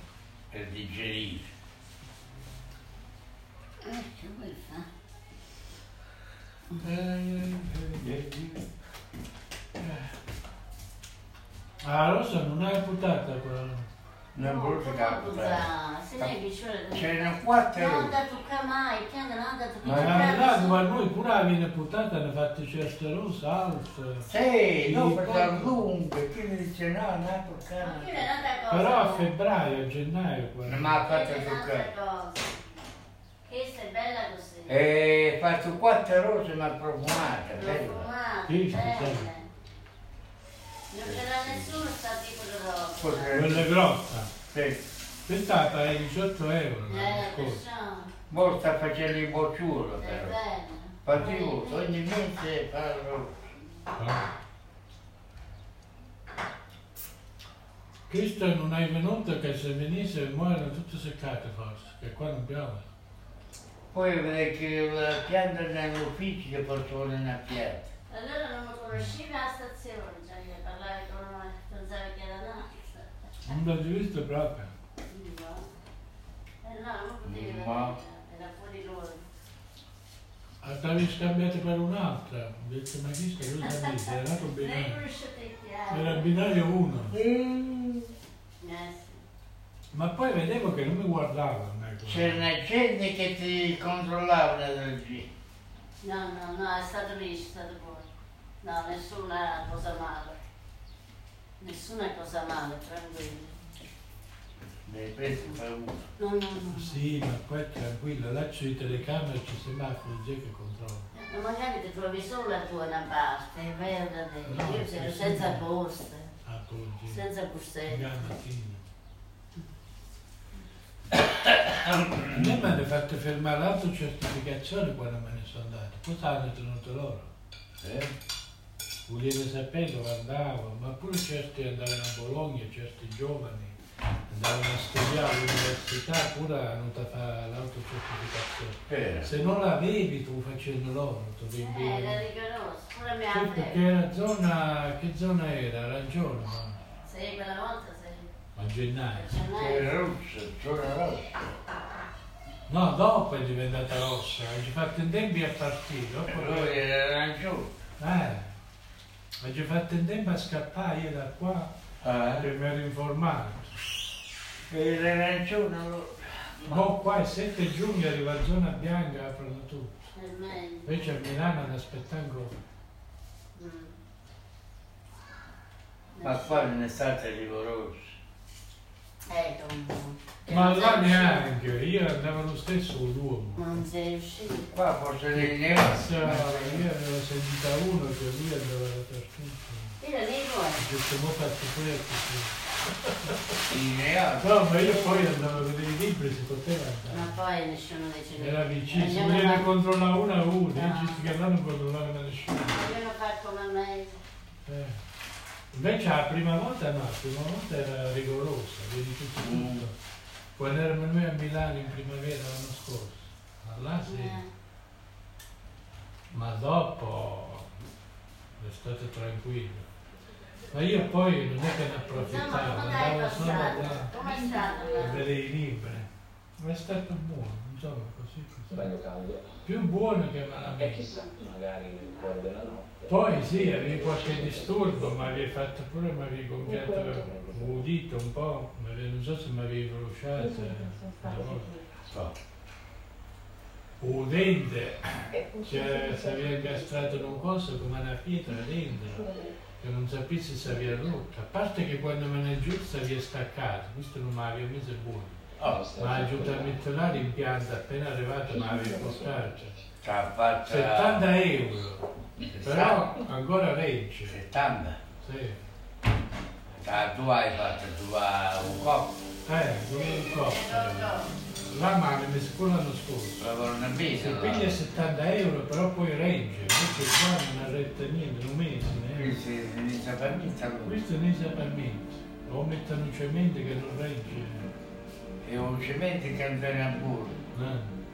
[SPEAKER 2] Per digerire.
[SPEAKER 1] Eh, che vuoi fare?
[SPEAKER 3] Ah, lo so, non è imputata quella.
[SPEAKER 2] Non è brutta capitare.
[SPEAKER 1] Se ne è
[SPEAKER 2] Ce
[SPEAKER 1] vicino...
[SPEAKER 2] ne quattro.
[SPEAKER 1] Non da toccare mai, piange, non da
[SPEAKER 2] Cioè, Ma
[SPEAKER 1] toccare
[SPEAKER 3] Ma
[SPEAKER 1] mai.
[SPEAKER 3] là, ma noi pure viene imputata, ne fate cesterò, salsa.
[SPEAKER 2] Sì, non per dar lungo, chi mi dice no, non è per
[SPEAKER 1] Ma che
[SPEAKER 2] cane.
[SPEAKER 1] è un'altra cosa. eh.
[SPEAKER 3] Però a febbraio, a gennaio quella.
[SPEAKER 2] Non mi ha
[SPEAKER 1] Questa
[SPEAKER 2] fatto
[SPEAKER 1] è un'altra
[SPEAKER 2] toccare.
[SPEAKER 1] cosa. Questa è bella così.
[SPEAKER 2] Eh, E fatto quattro rose ma profumate,
[SPEAKER 1] L'ho
[SPEAKER 2] bello.
[SPEAKER 1] fumata,
[SPEAKER 3] Sì, sì,
[SPEAKER 1] bella.
[SPEAKER 3] sì.
[SPEAKER 1] Non c'era nessuno sta tipo di roba.
[SPEAKER 2] Forse-
[SPEAKER 3] Quella è grossa.
[SPEAKER 2] Sì.
[SPEAKER 3] Quest'altra è 18 euro l'anno
[SPEAKER 1] Eh,
[SPEAKER 3] scorso.
[SPEAKER 1] perciò,
[SPEAKER 2] Mo sta facendo il bocciolo
[SPEAKER 1] è
[SPEAKER 2] però.
[SPEAKER 1] bella.
[SPEAKER 2] Fatti voi, ogni mese fa la rosa.
[SPEAKER 3] Ah. Cristo non è venuto che se venisse muoiono tutte seccate forse, che qua non piove.
[SPEAKER 2] Poi vedete che la pianta nell'ufficio che portavano una pianta.
[SPEAKER 1] Allora non lo conoscevi alla stazione, cioè che parlavi con una pensava che era un'altra.
[SPEAKER 3] Non l'ho visto proprio.
[SPEAKER 1] Eh no, non potevi
[SPEAKER 2] Ma-
[SPEAKER 1] vedere, era fuori loro.
[SPEAKER 3] L'avevi scambiato per un'altra. Ho detto, ma chi sta cosa dice? Era nato un
[SPEAKER 1] Lei eh?
[SPEAKER 3] binario.
[SPEAKER 1] conoscete i
[SPEAKER 3] Era
[SPEAKER 1] chiari.
[SPEAKER 3] binario 1.
[SPEAKER 1] Eh sì.
[SPEAKER 3] Ma poi vedevo che non mi guardavano. ecco.
[SPEAKER 2] C'era gente che ti controllavano dal giro.
[SPEAKER 1] No, no, no, è stato lì, è stato buono. No, nessuna cosa male. Nessuna cosa male, tranquillo.
[SPEAKER 2] Ne hai preso per uno.
[SPEAKER 1] No, no, no.
[SPEAKER 3] Sì, ma poi tranquilla, là c'è i telecamere, ci semafori, c'è che controlla.
[SPEAKER 1] Ma magari ti trovi solo la tua una parte, è vero, da te.
[SPEAKER 3] No,
[SPEAKER 1] Io
[SPEAKER 3] sì,
[SPEAKER 1] c'ero
[SPEAKER 3] sì.
[SPEAKER 1] senza borsa,
[SPEAKER 3] Ah, tu Senza...
[SPEAKER 1] senza bustello.
[SPEAKER 3] A me mi hanno fatto fermare l'autocertificazione quando me ne sono andato, poi se hanno tenuto loro.
[SPEAKER 2] Eh?
[SPEAKER 3] Volete sapere dove andavo, ma pure certi andavano a Bologna, certi giovani andavano a studiare all'università, pure hanno da fare l'autocertificazione.
[SPEAKER 2] Spera.
[SPEAKER 3] Se non la avevi tu facendo loro, tu devi...
[SPEAKER 1] Eh, era rigoroso, pure mi ha
[SPEAKER 3] Sì, perché era zona... che zona era? Era giorno, ma-
[SPEAKER 1] Sì, quella volta sei.
[SPEAKER 3] ma gennaio.
[SPEAKER 2] Era
[SPEAKER 1] Perciò
[SPEAKER 2] rossa, c'era rossa.
[SPEAKER 3] No, dopo è diventata rossa, ci ha fatto in tempo a partire, dopo
[SPEAKER 2] Per lui era arancione.
[SPEAKER 3] Eh, ma ci ho fatto in tempo a scappare io da qua
[SPEAKER 2] Ah,
[SPEAKER 3] che mi ero informato.
[SPEAKER 2] Era arancione allora.
[SPEAKER 3] No, qua il 7 giugno arriva zona bianca, aprono tutto.
[SPEAKER 1] è meglio.
[SPEAKER 3] Invece a Milano hanno aspettato ancora.
[SPEAKER 1] Mm.
[SPEAKER 2] Ma qua non è stata rigorosa.
[SPEAKER 1] Ecco un po'.
[SPEAKER 3] Ma
[SPEAKER 1] Non sei
[SPEAKER 3] là
[SPEAKER 1] uscito.
[SPEAKER 3] neanche, io andavo lo stesso con l'uomo.
[SPEAKER 1] Non sei uscito.
[SPEAKER 2] Qua forse dei
[SPEAKER 3] Sì,
[SPEAKER 2] negozi.
[SPEAKER 3] Io
[SPEAKER 2] ma-
[SPEAKER 3] avevo sentito uno che lui andava dappertutto.
[SPEAKER 1] Era lì voi.
[SPEAKER 3] Ho detto, mo faccio pure così.
[SPEAKER 2] in realtà.
[SPEAKER 3] No, ma io poi andavo a vedere i libri, si poteva andare.
[SPEAKER 1] Ma poi nessuno dice niente.
[SPEAKER 3] Era vicino,
[SPEAKER 1] Ah, Andiamo
[SPEAKER 3] me ne
[SPEAKER 1] avanti.
[SPEAKER 3] controllava una a una,
[SPEAKER 1] Ah.
[SPEAKER 3] i giusti che là non controllavano nessuno.
[SPEAKER 1] Ognuno fa come meglio.
[SPEAKER 3] Eh. Invece la prima volta no, la prima volta era rigorosa, vedi tutto
[SPEAKER 2] Mm.
[SPEAKER 3] tutto. Quando eravamo noi a Milano in primavera l'anno scorso, ma là sì,
[SPEAKER 1] Eh,
[SPEAKER 3] ma dopo è stato tranquillo. Ma io poi non è che ne
[SPEAKER 1] Insomma,
[SPEAKER 3] approfittavo,
[SPEAKER 1] come è
[SPEAKER 3] andavo solo
[SPEAKER 1] passato?
[SPEAKER 3] là
[SPEAKER 1] Come è stato?
[SPEAKER 3] a
[SPEAKER 1] là?
[SPEAKER 3] vedere i libri. Ma è stato buono, insomma così. così.
[SPEAKER 4] bagno caldo
[SPEAKER 3] Più buono che
[SPEAKER 4] e
[SPEAKER 3] malamente.
[SPEAKER 4] chissà, magari nel cuore della notte.
[SPEAKER 3] Poi sì, avevi qualche disturbo, ma avevi fatto pure, mi avevi gonfiato un udito un po', mi avevi- non so se mi avevi
[SPEAKER 5] Io
[SPEAKER 3] bruciato.
[SPEAKER 5] sono stata
[SPEAKER 3] una volta.
[SPEAKER 5] così.
[SPEAKER 3] Un dente,
[SPEAKER 5] E
[SPEAKER 3] cioè
[SPEAKER 5] funziona
[SPEAKER 3] si aveva incastrato in un coso come una pietra dentro, che non sapessi se aveva rotto. A parte che quando me ne giù si aveva staccato, questo non mi aveva messo buono.
[SPEAKER 4] Ah,
[SPEAKER 2] Oh,
[SPEAKER 4] Certo,
[SPEAKER 3] Ma l'aggiuntamento là l'impianto appena arrivato mi aveva portato.
[SPEAKER 2] t'ha fatta
[SPEAKER 3] 70 euro, però ancora regge.
[SPEAKER 2] 70.
[SPEAKER 3] Sì.
[SPEAKER 2] Da tu hai fatto tu hai un coppo,
[SPEAKER 3] Eh, dove un costa? La mano mi sicuro l'anno scorso.
[SPEAKER 2] trovano una
[SPEAKER 3] Si
[SPEAKER 2] mesa.
[SPEAKER 3] piglia 70 euro, però poi regge, invece qua non arretta niente, non mese.
[SPEAKER 2] Qui
[SPEAKER 3] Eh.
[SPEAKER 2] si inizia per mezzo allora.
[SPEAKER 3] Questo ne sa per niente. O mettono un cemento che non regge.
[SPEAKER 2] E un cemento che andrà pure.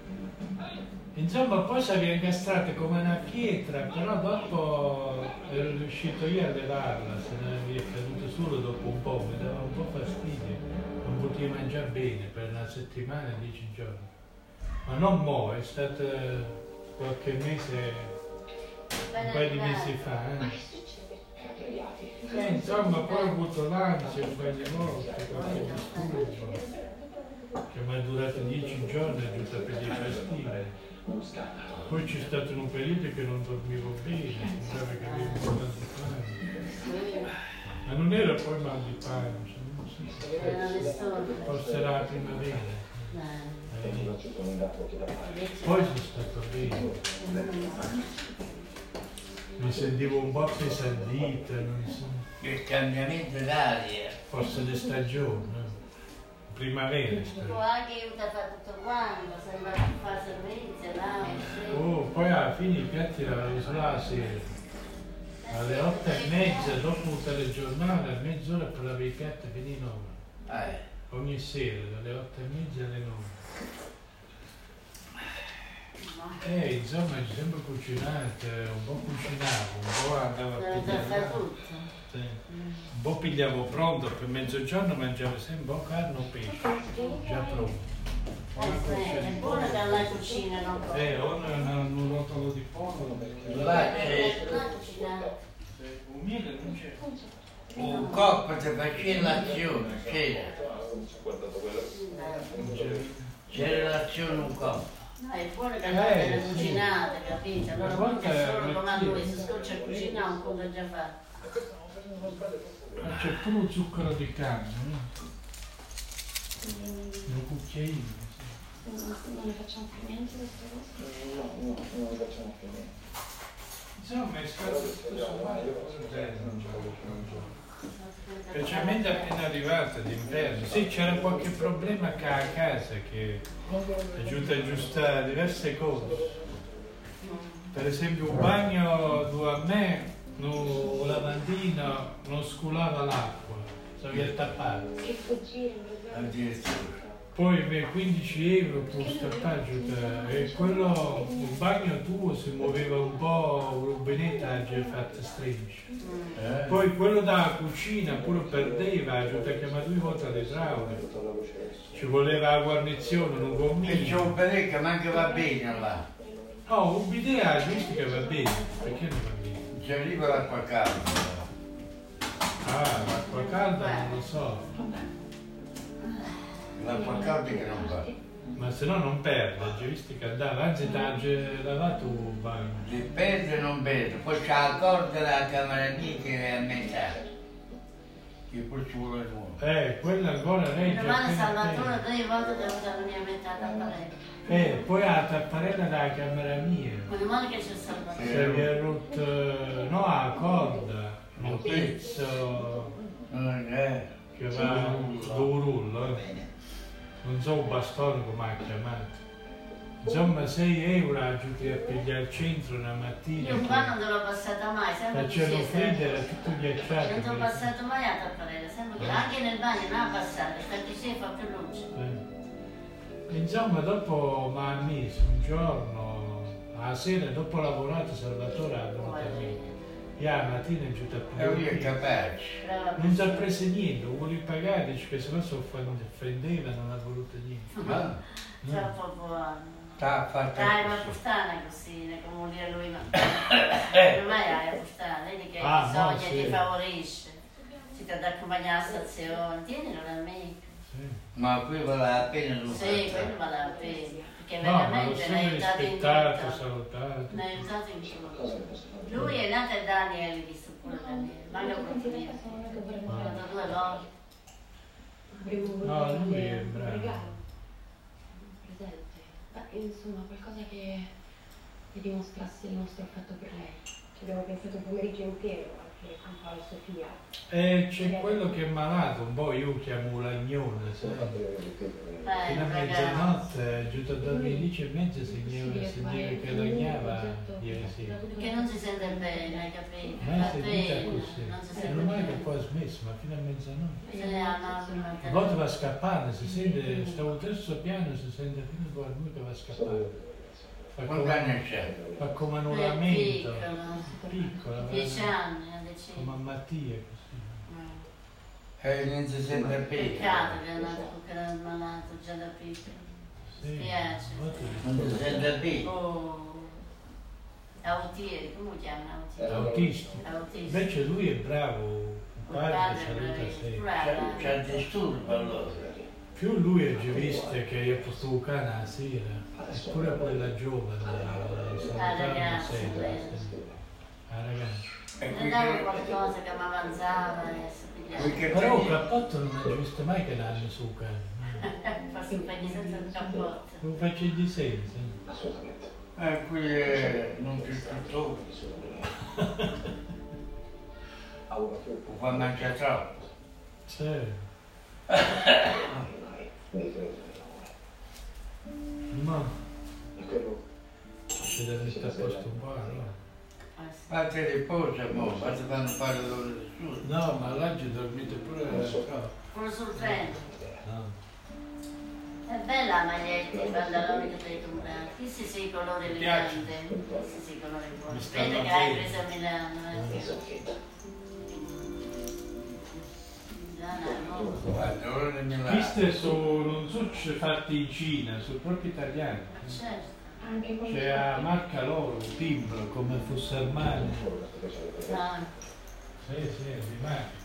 [SPEAKER 3] eh. Insomma, poi si aveva incastrata come una pietra, però dopo ero riuscito io a levarla, se ne mi è caduto solo dopo un po', mi dava un po' fastidio, non potevo mangiare bene per una settimana, dieci giorni. Ma non mo, è stato qualche mese, un paio di mesi fa.
[SPEAKER 6] Ma
[SPEAKER 3] eh.
[SPEAKER 6] che succede?
[SPEAKER 3] Eh, insomma, poi ho avuto l'ansia un paio di volte, qualche disturbo, che mi è durato dieci giorni, è giusto per gli fastidi.
[SPEAKER 4] Uno scandalo.
[SPEAKER 3] Poi c'è stato un periodo che non dormivo
[SPEAKER 6] Eh,
[SPEAKER 3] bene, sembrava che avevo un mal di pane. Ma non era poi mal di pane, non so,
[SPEAKER 1] Erano le storie.
[SPEAKER 3] forse era la primavera.
[SPEAKER 1] Eh,
[SPEAKER 4] E mi faccio con un dato che da fare.
[SPEAKER 1] invece-
[SPEAKER 3] Poi sono stato bene, mi sentivo un po' appesantito, non so.
[SPEAKER 2] Il cambiamento d'aria.
[SPEAKER 3] Forse le stagioni, no? primavera. è
[SPEAKER 1] Tu
[SPEAKER 3] stato.
[SPEAKER 1] anche io ti fa tutto quanto, sembra che fa servizio, no? Sì.
[SPEAKER 3] Oh, poi alla fine i piatti erano sulla sera. Alle otto e mezza, dopo un telegiornale, a mezz'ora per la i piatti finivano.
[SPEAKER 2] Eh,
[SPEAKER 3] Ogni sera, dalle 8 e mezza alle 9. Eh, insomma, è sempre cucinato, un po' cucinavo, un po' andavo a
[SPEAKER 1] Te lo fa
[SPEAKER 3] pigliare.
[SPEAKER 1] tutto.
[SPEAKER 3] sì. Un po' pigliavo pronto, per mezzogiorno mangiavo sempre o carne o pesce, già pronto. Una
[SPEAKER 1] Eh, è
[SPEAKER 3] coscia
[SPEAKER 1] buono che alla cucina non
[SPEAKER 3] di- Eh, o un, un rotolo di pollo perché
[SPEAKER 2] il latte,
[SPEAKER 1] Non Eh, cucina.
[SPEAKER 3] eh, un miele non c'è.
[SPEAKER 2] un coppo ti faceva l'azione, c'era.
[SPEAKER 3] Non c'è.
[SPEAKER 2] C'era l'azione un coppo.
[SPEAKER 1] No, è buono Ah, che
[SPEAKER 3] Eh,
[SPEAKER 1] alla delle
[SPEAKER 3] sì.
[SPEAKER 1] cucinate, capito?
[SPEAKER 3] Ma
[SPEAKER 1] Allora
[SPEAKER 3] guarda,
[SPEAKER 1] perché solo come a
[SPEAKER 3] sì.
[SPEAKER 1] lui, si scoccia a cucina un po' che già fa.
[SPEAKER 3] Ma c'è pure un zucchero di canna, no? Un cucchiaino. sì.
[SPEAKER 6] Non ne facciamo più niente queste cose.
[SPEAKER 4] No, no, non facciamo più niente.
[SPEAKER 3] Insomma, è scaduto questo mare. Specialmente
[SPEAKER 1] Specialmente
[SPEAKER 3] appena arrivata d'inverno. Sì, c'era qualche problema ca- a casa che è giunta a aggiustare diverse cose. Per esempio un bagno dove a me no, la mattina non sculava l'acqua, si aveva tappato.
[SPEAKER 6] Che fuggire, in
[SPEAKER 2] Addirittura.
[SPEAKER 3] Poi per 15 euro può stappaggio e quello, il bagno tuo si muoveva un po', un rubinetto ha fatto strisce.
[SPEAKER 2] Eh?
[SPEAKER 3] Poi quello da cucina pure perdeva, giunta chiamato due volte alle traule.
[SPEAKER 4] Tutta la luce
[SPEAKER 3] Ci voleva la guarnizione, non
[SPEAKER 2] E c'è
[SPEAKER 3] convinto.
[SPEAKER 2] un parecchio, ma anche va bene là.
[SPEAKER 3] Oh, un'idea giusta che va bene, perché non va bene?
[SPEAKER 2] Ci arriva l'acqua calda.
[SPEAKER 3] Ah, l'acqua calda non lo so,
[SPEAKER 2] L'acqua calda che non va.
[SPEAKER 3] ma se no non perde, già visto che andava, anzi ti ha già lavato un bagno.
[SPEAKER 2] Se perde non perde, poi c'è la corda della camera mia che è a metà. Che poi ci vuole nuovo.
[SPEAKER 3] Eh, quella ancora regge.
[SPEAKER 1] Domani
[SPEAKER 3] appena
[SPEAKER 1] Salvatore
[SPEAKER 3] appena.
[SPEAKER 1] due volte devo stare mia metà da Palermo.
[SPEAKER 3] Eh, poi la tapparella della camera mia.
[SPEAKER 1] Meno male che c'è Salvatore.
[SPEAKER 3] Si è rotto, no, la corda, un pezzo.
[SPEAKER 2] Eh, eh.
[SPEAKER 3] che aveva un rullo, eh. non so un bastone come ha chiamato. Insomma, 6 euro aiuti a pigliare al centro una mattina.
[SPEAKER 1] Io qua non te l'ho passata mai, sempre che
[SPEAKER 3] Facevano freddo, era
[SPEAKER 1] sempre.
[SPEAKER 3] tutto
[SPEAKER 1] Non
[SPEAKER 3] ghiacciato.
[SPEAKER 1] ti ho passato mai a tapparella, sempre che anche nel bagno non ha passato, sta che si fa più luce.
[SPEAKER 3] Eh. Insomma, dopo mi ha messo un giorno, a sera, dopo lavorato, Salvatore ha venuto a me. Io la mattina è giunto a
[SPEAKER 2] E eh, lui è
[SPEAKER 3] pigliare.
[SPEAKER 2] capace. eh?
[SPEAKER 1] Brava.
[SPEAKER 3] Non ci ha preso niente, lo volevo pagare, dice che se no si offend- offendeva, non ha voluto niente.
[SPEAKER 2] Ma
[SPEAKER 1] Ciao popolano.
[SPEAKER 2] sta fatta
[SPEAKER 1] Dai, ma
[SPEAKER 2] così.
[SPEAKER 1] costana così, ne- come dire lui, ma Eh, ormai hai la costana, vedi che
[SPEAKER 3] Ah,
[SPEAKER 1] bisogna
[SPEAKER 3] no, sì.
[SPEAKER 1] ti favorisce, ti dà da accompagnare alla stazione, tienilo un amico,
[SPEAKER 3] Sì.
[SPEAKER 2] Ma qui vale la pena non
[SPEAKER 1] sì, quello
[SPEAKER 2] fare.
[SPEAKER 1] vale la pena, perché
[SPEAKER 3] No, ma l'ho
[SPEAKER 1] veramente ne hai
[SPEAKER 3] sempre
[SPEAKER 1] aiutato in
[SPEAKER 3] rispettato,
[SPEAKER 1] tutto,
[SPEAKER 3] salutato.
[SPEAKER 1] ne hai aiutato in
[SPEAKER 4] Cosa
[SPEAKER 1] tutto.
[SPEAKER 4] che posso fare?
[SPEAKER 1] Lui è nato a Daniel, visto pure Daniel, ma lo
[SPEAKER 6] continuare
[SPEAKER 1] confido,
[SPEAKER 6] sono che
[SPEAKER 1] ho
[SPEAKER 6] vorremmo
[SPEAKER 1] fatto due volte,
[SPEAKER 8] Avremmo voluto
[SPEAKER 3] No, lui
[SPEAKER 8] farle
[SPEAKER 3] è
[SPEAKER 8] un
[SPEAKER 3] bravo.
[SPEAKER 8] regalo. Un presente. Beh, insomma, qualcosa che le dimostrasse il nostro affetto per lei.
[SPEAKER 5] Ci abbiamo pensato un pomeriggio intero anche a Paolo e Sofia.
[SPEAKER 3] E Eh, c'è quello che è malato, un po' io chiamo lagnone,
[SPEAKER 4] Sono
[SPEAKER 3] sai.
[SPEAKER 4] fatto le cose che-
[SPEAKER 1] Dai,
[SPEAKER 3] Fino a
[SPEAKER 1] ragazzi,
[SPEAKER 3] mezzanotte, eh, giù da dormire alle 10 e mezza,
[SPEAKER 8] Impossibile
[SPEAKER 3] signora,
[SPEAKER 8] fare
[SPEAKER 3] sentivo che
[SPEAKER 8] un
[SPEAKER 3] lagnava
[SPEAKER 8] progetto
[SPEAKER 3] ieri
[SPEAKER 8] da
[SPEAKER 3] sera.
[SPEAKER 8] tutto
[SPEAKER 1] perché non si sente bene, hai capito?
[SPEAKER 3] Ma
[SPEAKER 1] La
[SPEAKER 3] è seguita
[SPEAKER 1] pena, non si
[SPEAKER 3] Eh, così. eh,
[SPEAKER 1] sente
[SPEAKER 3] Ormai che
[SPEAKER 1] bene,
[SPEAKER 3] poi ha smesso, ma fino a mezzanotte.
[SPEAKER 1] se ne ha una
[SPEAKER 3] A volte va scappando, si sente, stavo al terzo piano, si sente fino a poi lui che va scappando. Fa
[SPEAKER 2] Quanti
[SPEAKER 3] come,
[SPEAKER 2] anni c'è?
[SPEAKER 3] fa come un
[SPEAKER 1] È
[SPEAKER 3] lamento,
[SPEAKER 1] piccolo,
[SPEAKER 3] piccola,
[SPEAKER 1] dieci
[SPEAKER 3] veramente,
[SPEAKER 1] anni, una
[SPEAKER 3] come a
[SPEAKER 1] decina.
[SPEAKER 3] Mattia così.
[SPEAKER 1] Mm.
[SPEAKER 2] E Eh, non si sente
[SPEAKER 1] Peccato
[SPEAKER 2] bene.
[SPEAKER 1] che è nato, che era malato già da piccolo.
[SPEAKER 3] Sì,
[SPEAKER 1] Piace.
[SPEAKER 3] a volte-
[SPEAKER 2] Non si sente bene.
[SPEAKER 1] Oh, autieri, come lo chiamano autieri?
[SPEAKER 2] Eh.
[SPEAKER 3] autista.
[SPEAKER 1] Autisti.
[SPEAKER 3] Invece lui è bravo, il
[SPEAKER 1] Un
[SPEAKER 3] padre
[SPEAKER 1] padre
[SPEAKER 3] che
[SPEAKER 1] bravi-
[SPEAKER 3] saluta sempre.
[SPEAKER 2] C'è,
[SPEAKER 1] bravo.
[SPEAKER 2] c'è disturbo allora.
[SPEAKER 3] Più lui è giurista che è potuto cane la sera,
[SPEAKER 4] Adesso-
[SPEAKER 3] eh. eppure quella giovane, eh, salutava
[SPEAKER 1] Ah, ragazzi,
[SPEAKER 3] sempre.
[SPEAKER 1] bello.
[SPEAKER 3] sì. Ah, ragazzi.
[SPEAKER 2] E
[SPEAKER 1] Non
[SPEAKER 2] qui
[SPEAKER 1] dava
[SPEAKER 2] che,
[SPEAKER 1] qualcosa che mi avanzava e si
[SPEAKER 2] qui
[SPEAKER 1] pigliava.
[SPEAKER 2] che
[SPEAKER 3] Però un
[SPEAKER 2] fai?
[SPEAKER 3] cappotto non è giusto mai che l'hanno su cane.
[SPEAKER 1] Forse un pezzo senza un cappotto.
[SPEAKER 3] Lo faccio di senso.
[SPEAKER 4] Assolutamente.
[SPEAKER 2] Eh, qui eh, non c'è più troppo,
[SPEAKER 4] Lavoratore
[SPEAKER 2] lo fa mangiare troppo.
[SPEAKER 3] Sì.
[SPEAKER 4] ormai, nei tre del lavoro.
[SPEAKER 3] Ma
[SPEAKER 4] E quello
[SPEAKER 3] ci deve mettere a posto un po', allora.
[SPEAKER 1] Eh sì.
[SPEAKER 2] Fate riposo, mo, fate quando fare l'ora di studio.
[SPEAKER 3] No, ma là ci dormite pure
[SPEAKER 4] Non so.
[SPEAKER 3] no.
[SPEAKER 1] Pure sul treno.
[SPEAKER 3] No.
[SPEAKER 1] È bella la maglietta, i pantaloni che ti hai comprato. Questi sono i colori eleganti. Questi sono i colori buoni.
[SPEAKER 3] Mi stanno
[SPEAKER 1] Vedi che hai
[SPEAKER 3] bene.
[SPEAKER 1] preso a Milano, eh.
[SPEAKER 4] mi salvetta.
[SPEAKER 1] Milano è molto.
[SPEAKER 2] Quando l'ora di Milano.
[SPEAKER 3] Queste sono, non so se fatte in Cina, sono proprio italiane.
[SPEAKER 1] Ma certo.
[SPEAKER 8] Anche con
[SPEAKER 3] C'è la marca loro, il timbro, come fosse armato.
[SPEAKER 1] No,
[SPEAKER 3] Sì, sì, di marca.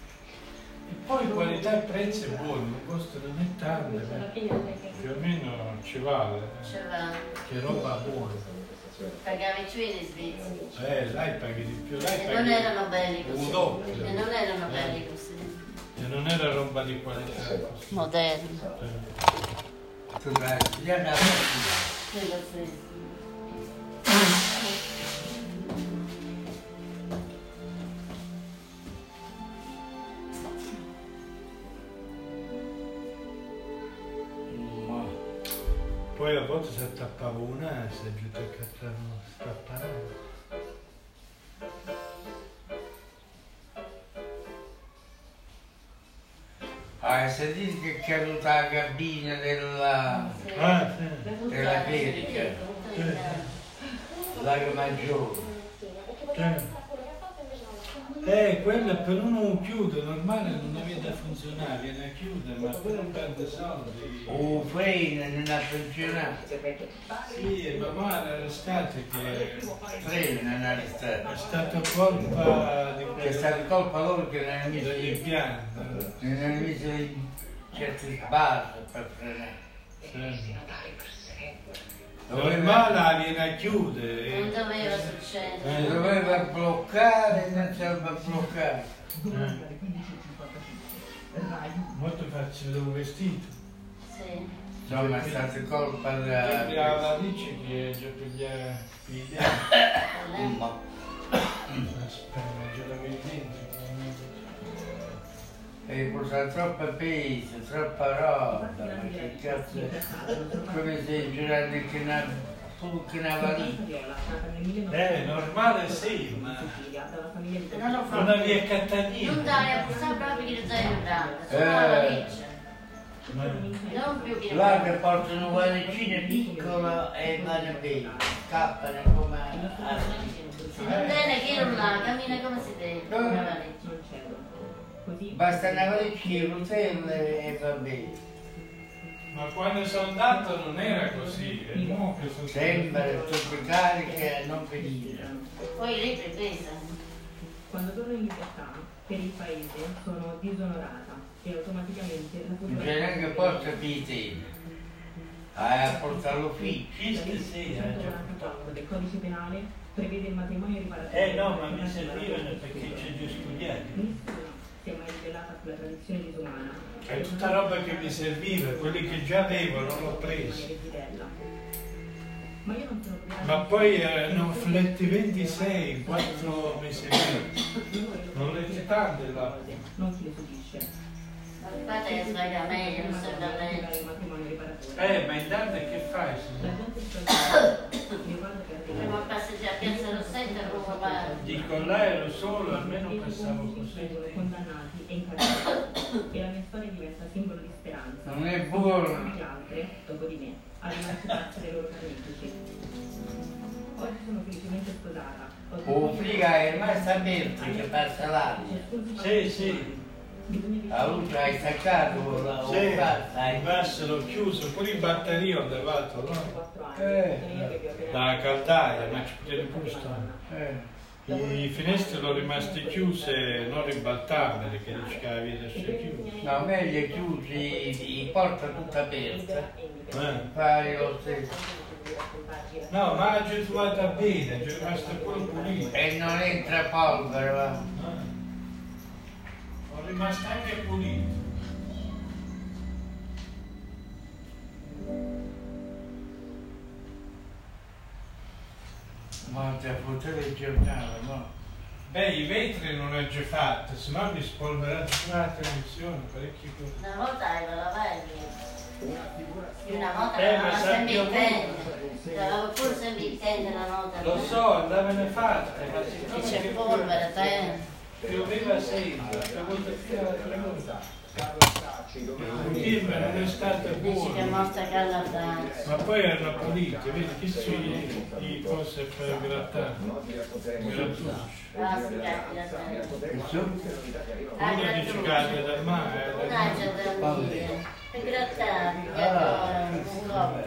[SPEAKER 3] E poi qualità e prezzo è buono, non costano né tanto,
[SPEAKER 8] alla
[SPEAKER 3] ma
[SPEAKER 8] fine non è che
[SPEAKER 3] più o meno ci vale. eh.
[SPEAKER 1] c'era
[SPEAKER 3] Che roba buona.
[SPEAKER 1] pagavi i svizzeri.
[SPEAKER 3] Eh, là paghi di più, là
[SPEAKER 1] E non
[SPEAKER 3] paghi
[SPEAKER 1] erano belli
[SPEAKER 3] un
[SPEAKER 1] così.
[SPEAKER 3] doppio.
[SPEAKER 1] E non erano belli così.
[SPEAKER 3] E non era roba di qualità.
[SPEAKER 1] Moderni.
[SPEAKER 3] Eh,
[SPEAKER 2] Tu vai, gli hanno fatto.
[SPEAKER 1] Quello sì.
[SPEAKER 2] Ma
[SPEAKER 3] Poi a volte si tappava un naso, giù a cattare uno strapparato.
[SPEAKER 2] Ah, sentite che è caduta la cabina della,
[SPEAKER 3] Ah, sì.
[SPEAKER 2] della chiesa, l'aria maggiore.
[SPEAKER 3] Cioè, Eh, quella per uno chiude, normale non aveva da funzionare, viene a chiudere, ma per un perde soldi.
[SPEAKER 2] Un freno non ha funzionato,
[SPEAKER 3] Sì, e mamma era restata che
[SPEAKER 2] freno non ha
[SPEAKER 3] è
[SPEAKER 2] restato.
[SPEAKER 3] stata colpa di
[SPEAKER 2] È
[SPEAKER 3] quella
[SPEAKER 2] stata colpa loro che non hanno messo,
[SPEAKER 3] dell'impianto.
[SPEAKER 2] non hanno messo i- certi sbalzi per frenare.
[SPEAKER 3] Sì.
[SPEAKER 2] Doveva,
[SPEAKER 3] Normale viene a
[SPEAKER 1] Non
[SPEAKER 3] chiudere.
[SPEAKER 1] doveva succedere.
[SPEAKER 2] Certo. doveva bloccare, non serve a bloccare.
[SPEAKER 3] Molto farci vedere un vestito.
[SPEAKER 1] Sì.
[SPEAKER 2] Insomma, è stata colpa
[SPEAKER 3] La
[SPEAKER 2] della...
[SPEAKER 3] radice che già piglia piglia.
[SPEAKER 1] Quella-
[SPEAKER 3] Aspetta, già la vedi dentro.
[SPEAKER 2] E usa troppa pizza, troppa roba, ma che cazzo è? Come se girando anche una, anche una valigia.
[SPEAKER 3] Eh, normale sì, ma
[SPEAKER 1] Non lo fa.
[SPEAKER 3] una via Cattanina.
[SPEAKER 1] Non dai a pensare proprio che lo stai aiutando, sono
[SPEAKER 2] Eh.
[SPEAKER 1] una valigia.
[SPEAKER 3] Ma-
[SPEAKER 1] Non più che
[SPEAKER 2] Là che portano una valigina piccola e vanno bene, scappano come assi.
[SPEAKER 1] Se non tiene che non la cammina come si deve, con una valigia.
[SPEAKER 2] Basta una valigina, un hotel e va bene.
[SPEAKER 3] Ma quando sono andato non era così, è mo che sono
[SPEAKER 2] Sempre tutte cariche a non venire.
[SPEAKER 1] Poi lì ti pesa.
[SPEAKER 5] Quando torno in libertà, per il paese, sono disonorata e automaticamente la
[SPEAKER 2] Non
[SPEAKER 5] futura...
[SPEAKER 2] c'è neanche posto per i temi. Ah, a portarlo qui.
[SPEAKER 3] Fischi sì, eh, già.
[SPEAKER 5] 194 del codice penale prevede il matrimonio riparatorio.
[SPEAKER 3] Eh no, ma mi servivano perché c'è di studiare.
[SPEAKER 5] Nessuno si è mai rivelata sulla tradizione disumana.
[SPEAKER 3] È tutta roba che mi serviva, quelli che già avevo non l'ho preso.
[SPEAKER 5] Ma io non sono preparata.
[SPEAKER 3] Ma poi erano fletti 26, 4 mesi fa. Non le tante là.
[SPEAKER 5] Non si le subisce.
[SPEAKER 1] Ma il padre che sbaglia meglio, non serve a lei.
[SPEAKER 5] Il matrimonio riparatorio.
[SPEAKER 3] Eh, ma in tarda che fai?
[SPEAKER 5] La
[SPEAKER 3] signora?
[SPEAKER 5] gente si fa- mi guarda per
[SPEAKER 1] Prima passeggiare a Piazza Rossetta e poi papà.
[SPEAKER 3] Dico là ero solo, almeno pensavo
[SPEAKER 5] Vengono
[SPEAKER 3] così.
[SPEAKER 5] condannati e incarcerati e la mia storia diventa simbolo di speranza.
[SPEAKER 2] Non è buono.
[SPEAKER 5] Gli altri, dopo di me, hanno lasciato dei loro carnefici. Oggi sono felicemente sposata. Ho
[SPEAKER 2] O friga Oh, è rimasta aperta che passa l'aria.
[SPEAKER 5] Ciascun
[SPEAKER 3] Sì, sì.
[SPEAKER 5] Bisogna
[SPEAKER 2] La luce hai staccato o la
[SPEAKER 3] Sì,
[SPEAKER 2] o basta,
[SPEAKER 3] il
[SPEAKER 2] hai-
[SPEAKER 3] gas l'ho chiuso, pure in batteria ho levato, no?
[SPEAKER 5] 24 anni.
[SPEAKER 2] Eh.
[SPEAKER 5] sono io che vi ho creato.
[SPEAKER 3] La caldaia, ma ci potete pure stare.
[SPEAKER 2] Eh,
[SPEAKER 3] Le finestre sono rimaste chiuse, non ribaltabili, che dice che la vita si è chiusa.
[SPEAKER 2] No, meglio chiusi, i porta tutta aperta. oh,
[SPEAKER 3] Eh.
[SPEAKER 2] Fai lo stesso.
[SPEAKER 3] No, ma la gente trovata bene, c'è rimasta pure pulita.
[SPEAKER 2] E non entra polvere, va.
[SPEAKER 3] Ho rimasto anche pulito.
[SPEAKER 2] Ma ti ha portato il giornale, no?
[SPEAKER 3] Beh, i vetri non l'ho già fatto, sennò mi spolverate sulla televisione, parecchie cose.
[SPEAKER 1] Una volta aveva la valiglia. Una volta
[SPEAKER 3] Eh, ma
[SPEAKER 1] aveva sempre
[SPEAKER 3] sappiamo-
[SPEAKER 1] in tenda. Aveva pure sempre in tenda la nota.
[SPEAKER 3] Lo so, andavane fatte, ma siccome
[SPEAKER 1] Che c'è
[SPEAKER 3] che-
[SPEAKER 1] polvere, eh. te.
[SPEAKER 3] Pioveva sempre, la volta più la volta.
[SPEAKER 9] Sì,
[SPEAKER 3] Irma non è stata
[SPEAKER 1] Dice che è
[SPEAKER 3] buona.
[SPEAKER 1] morta Carla Franz.
[SPEAKER 3] Ma poi erano pulite, vedi che sono i cose per grattare. Grattucci.
[SPEAKER 1] Ah,
[SPEAKER 3] Una di cicale
[SPEAKER 1] grattugia.
[SPEAKER 3] da mare. eh, da
[SPEAKER 1] Un'aggia
[SPEAKER 3] mare.
[SPEAKER 1] da mia. Per grattarmi, che allora un coppa.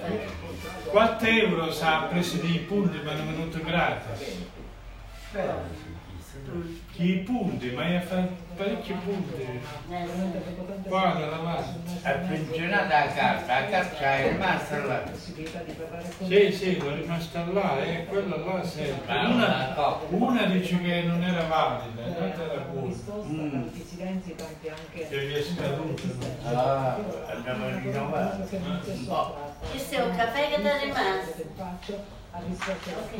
[SPEAKER 3] 4 euro si ha preso dei punti ma hanno venuto gratis. I punti, ma io fa parecchi punti.
[SPEAKER 1] Eh,
[SPEAKER 3] Qua nella mano.
[SPEAKER 2] Ha funzionato la carta, la carta Cioè, è rimasta là.
[SPEAKER 3] Sì, sì, l'ho rimasta là, e quella là sempre.
[SPEAKER 2] Ma una
[SPEAKER 3] Una,
[SPEAKER 2] coppa.
[SPEAKER 3] una dice che non era valida,
[SPEAKER 5] Eh,
[SPEAKER 3] l'altra era buona.
[SPEAKER 2] Mm.
[SPEAKER 3] Che vi è scaduta. no?
[SPEAKER 2] Ah, andiamo a rinnovare.
[SPEAKER 3] Mm.
[SPEAKER 2] Un po'.
[SPEAKER 1] Questo è un caffè che ti è rimasto. Ok.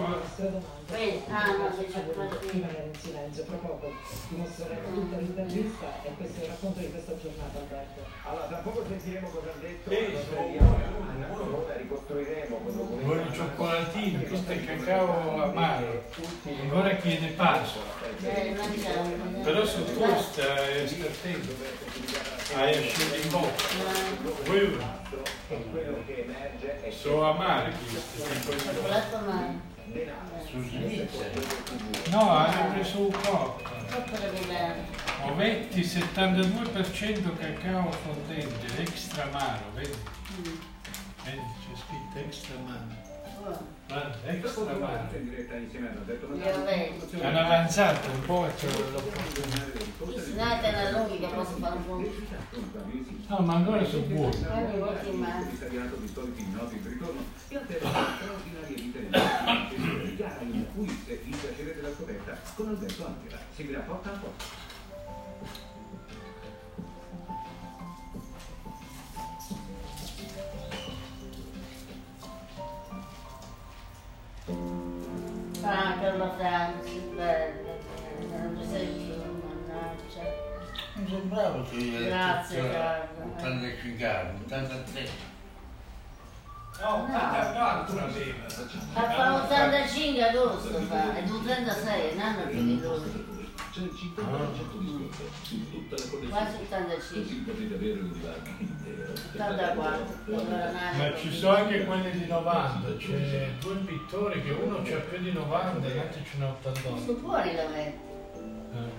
[SPEAKER 1] Questo, ah no, se c'è Mm. qualcuno.
[SPEAKER 4] Allora, tra poco sentiremo cosa ha detto.
[SPEAKER 3] Sì,
[SPEAKER 4] la
[SPEAKER 3] sì.
[SPEAKER 4] lotteria. Allora, ricostruiremo con documenti.
[SPEAKER 3] Buoni cioccolatini, questo è cacao amaro. Ora chiede passo.
[SPEAKER 1] Eh, mangiamo.
[SPEAKER 3] Però su tosta è attento. Hai asciugato in bocca. Vuoi una?
[SPEAKER 4] Quello che emerge è
[SPEAKER 3] Sono amari questi.
[SPEAKER 1] Ma cioccolato mai.
[SPEAKER 2] Su Svizzera.
[SPEAKER 3] No, hanno preso un po'.
[SPEAKER 1] Troppo da bellare.
[SPEAKER 3] Ovetti 72% cacao fondente, extra amaro, vedi? Vedi, c'è scritto extra amaro.
[SPEAKER 1] Mm.
[SPEAKER 3] Guarda, extra amaro.
[SPEAKER 1] Io vedo.
[SPEAKER 3] Hanno avanzato un po' e ce l'ho
[SPEAKER 1] Se no è una lunga che posso fare un po'.
[SPEAKER 3] No, ma ancora sono buoni.
[SPEAKER 1] Ogni volta in mano.
[SPEAKER 4] in cui è il piacere della scoperta con Alberto Angela. Seguirà porta a porta.
[SPEAKER 1] Ah, Carla Franz, bello. Non mi sei più, mannaggia.
[SPEAKER 2] Non sembrava prodotto io
[SPEAKER 1] Grazie,
[SPEAKER 2] addirittura
[SPEAKER 1] Carlo.
[SPEAKER 2] 85 anni, 83.
[SPEAKER 3] No, 84 aveva.
[SPEAKER 1] Ma fa 85 agosto, fa, è tu 36, un anno più di lui,
[SPEAKER 4] C'è il 50%
[SPEAKER 3] Ah.
[SPEAKER 4] di sconto su tutta la
[SPEAKER 1] quasi
[SPEAKER 4] collezione.
[SPEAKER 1] 85,
[SPEAKER 4] Così potete avere un divano intero.
[SPEAKER 1] 84, allora nasce
[SPEAKER 3] Ma ci
[SPEAKER 1] così.
[SPEAKER 3] sono anche quelli di 90, c'è due pittori che uno c'ha più di 90 e l'altro ce n'ha 88.
[SPEAKER 1] Tu puoi rilamentare,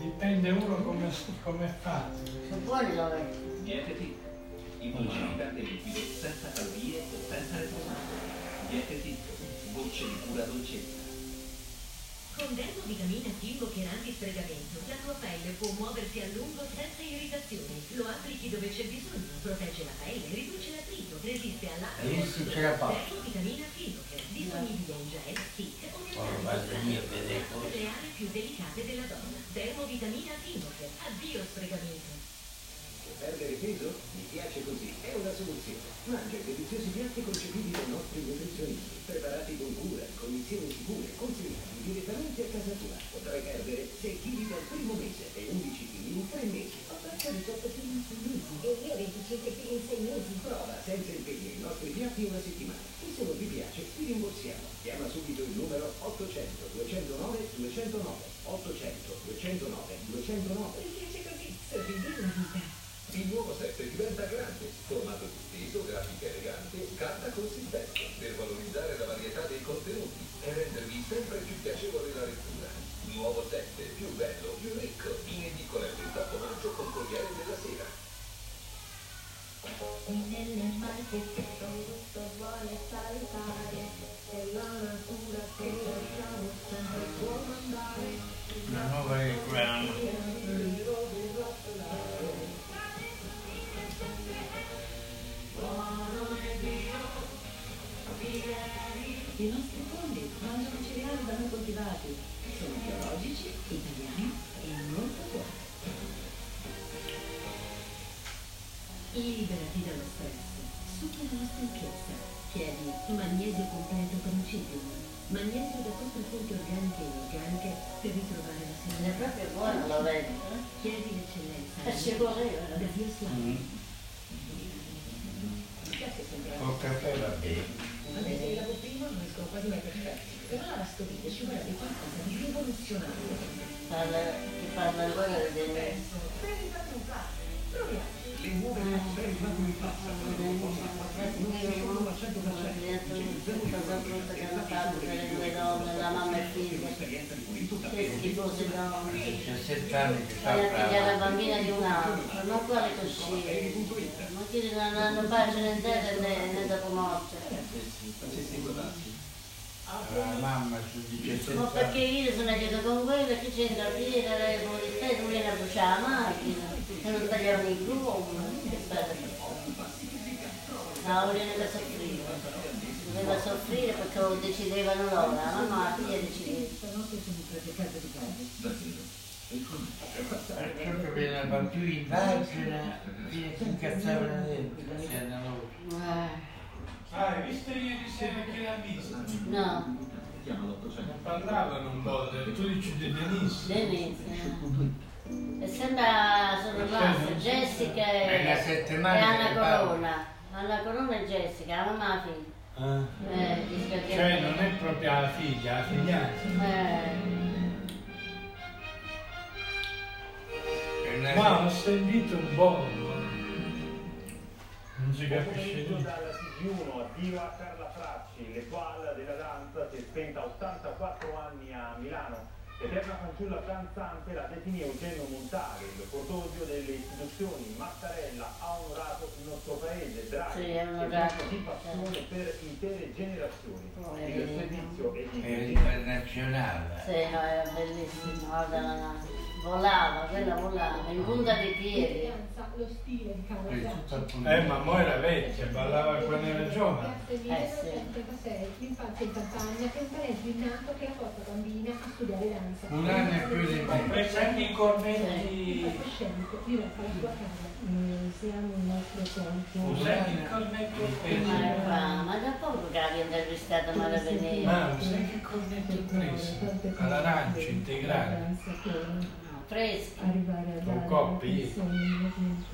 [SPEAKER 3] Dipende uno come, come è fatto.
[SPEAKER 1] tu puoi rilamentare.
[SPEAKER 4] Niente sì. Immunità del liquido, senza calorie e senza retromarce. Niente sì. Gocce di pura dolcezza.
[SPEAKER 6] Con dermovitamina D anti sfregamento, la tua pelle può muoversi a lungo senza irritazione. Lo applichi dove c'è bisogno, protegge la pelle, riduce l'artrito, resiste all'acqua.
[SPEAKER 2] Io sì ce la faccio.
[SPEAKER 6] Dermovitamina Finoker, disponibile in gel, stick o nel
[SPEAKER 2] Porco,
[SPEAKER 6] taglio
[SPEAKER 2] vado lì a vedere
[SPEAKER 6] stato
[SPEAKER 2] cosa.
[SPEAKER 6] le aree più delicate della donna. Dermovitamina Finoker, addio sfregamento.
[SPEAKER 4] Perdere peso? Mi piace così, è una soluzione. Mangia i deliziosi piatti concepiti dai nostri nutrizionisti, preparati con cura, condizioni sicure, consegnati direttamente a casa tua. Potrai perdere 6 kg dal primo mese e 11 kg in 3 mesi. Abbraccia 18 kg in 6 mesi e io 25 kg in 6 mesi. Prova senza impegno i nostri piatti una settimana. E se non ti piace, ti rimborsiamo. Chiama subito il numero 800 209 209 800 209 209. Mi piace così, sorridere una vita. Il nuovo set diventa grande, formato disteso, grafica elegante, carta consistente, per valorizzare la varietà dei contenuti e rendervi sempre più piacevole la lettura. Nuovo set, più bello, più ricco, in edicola il 28 maggio con Corriere della Sera.
[SPEAKER 6] Nelle mani che con gusto vuole saltare, è la natura che lasciamo sempre comandare.
[SPEAKER 2] Una nuova reclama.
[SPEAKER 10] I nostri fondi mangiano cereali da noi coltivati, sono biologici, italiani e molto buoni. Liberati dallo stress, supera la stanchezza. Chiedi magnesio completo principium, magnesio da tutte le fonti organiche e inorganiche per ritrovare la
[SPEAKER 1] Non è
[SPEAKER 10] serenità.
[SPEAKER 1] proprio buono, lo vedi, eh?
[SPEAKER 10] Chiedi l'eccellenza.
[SPEAKER 1] Eh, ci voleva.
[SPEAKER 10] da Bioslava.
[SPEAKER 2] Col caffè va bene.
[SPEAKER 10] Anche se la prima non riescono quasi mai perfetti, però la lastovite ci vorrebbe qualcosa di rivoluzionario.
[SPEAKER 1] Parla, ti parla ancora del mio.
[SPEAKER 4] Le nuove atmosfere di Magno in pasta con le proposte a 4,9% Un'esperienza di pulito da
[SPEAKER 1] Che schifosi donne.
[SPEAKER 2] 17 anni che fa
[SPEAKER 1] Voglio pigliare la
[SPEAKER 2] bravo.
[SPEAKER 1] bambina di un altro, ma quale coscienza? Ma che non hanno pace né terra né, né dopo morte.
[SPEAKER 2] La mamma su 17
[SPEAKER 1] Ma perché
[SPEAKER 2] anni.
[SPEAKER 1] io sono andato con quello che c'entra a dire che con il te non era bruciare la macchina, che non tagliavano il grumo, che bello. No, voleva soffrire. Doveva soffrire perché lo decidevano loro, la mamma la figlia decideva.
[SPEAKER 2] Perciò che veniva più in pagina, fino a che incazzavano dentro. Sì, è una loro.
[SPEAKER 1] Eh,
[SPEAKER 3] Ah, hai visto ieri sera che l'ha vista?
[SPEAKER 1] No,
[SPEAKER 3] Ne parlavano un po', del- tu dici di Denise.
[SPEAKER 1] Venezia. E eh, sembra sono rimaste Jessica
[SPEAKER 2] È la
[SPEAKER 1] e, e
[SPEAKER 2] settimana
[SPEAKER 1] Anna
[SPEAKER 2] che parla.
[SPEAKER 1] Corona. Anna Corona e Jessica, la mamma e la figlia.
[SPEAKER 2] Ah.
[SPEAKER 1] Eh, discoteca.
[SPEAKER 3] Cioè non è proprio la figlia, la figlianza.
[SPEAKER 1] Eh,
[SPEAKER 2] È una-
[SPEAKER 3] Ma ho sentito un bombo. Non si capisce niente.
[SPEAKER 11] dal TG1 viva Carla Fracci, l'etoile della danza si è spenta a 84 anni a Milano. Eterna fanciulla danzante la definì Eugenio Montari, il cordoglio delle istituzioni. Mattarella ha onorato il nostro paese, Draghi,
[SPEAKER 1] Sì, è un
[SPEAKER 11] che
[SPEAKER 1] onorato.
[SPEAKER 11] di passione per intere generazioni.
[SPEAKER 1] Eh,
[SPEAKER 11] Il servizio e
[SPEAKER 2] È
[SPEAKER 11] di
[SPEAKER 2] internazionale.
[SPEAKER 1] sì, no, era bellissimo, guarda, la- la- volava, quella volava, in punta di piedi.
[SPEAKER 6] Lo stile di Carlo
[SPEAKER 2] È tutto a punto.
[SPEAKER 3] Eh, ma mo era vecchia, ballava quando era giovane.
[SPEAKER 6] Eh, sì. Infanzia in campagna, che è un paese innato che la porta bambina a studiare danza.
[SPEAKER 2] Un anno e più di me.
[SPEAKER 3] Pensa anche i
[SPEAKER 6] Il
[SPEAKER 3] cornetti.
[SPEAKER 6] palcoscenico diventa la sua casa. Mm,
[SPEAKER 10] Siamo il nostro conto.
[SPEAKER 3] Usate il cornetto
[SPEAKER 1] Ma
[SPEAKER 3] preso.
[SPEAKER 1] era qua, ma da poco che l'avevi intervistata ma da
[SPEAKER 3] Ah,
[SPEAKER 1] venire.
[SPEAKER 3] Ma sai che cornetto preso? All'arancia integrale.
[SPEAKER 1] No, freschi.
[SPEAKER 3] arrivare a dare
[SPEAKER 6] coppi?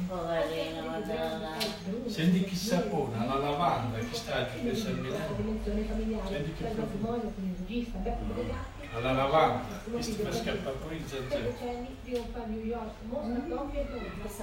[SPEAKER 1] Poverina, guarda là.
[SPEAKER 6] Senti chi sapona, la lavanda che sta giù per San Milano. Senti che profumo. Alla lavanda, visto che scappa pure in Zanzibar.
[SPEAKER 3] New York, mostra doppia e doppia.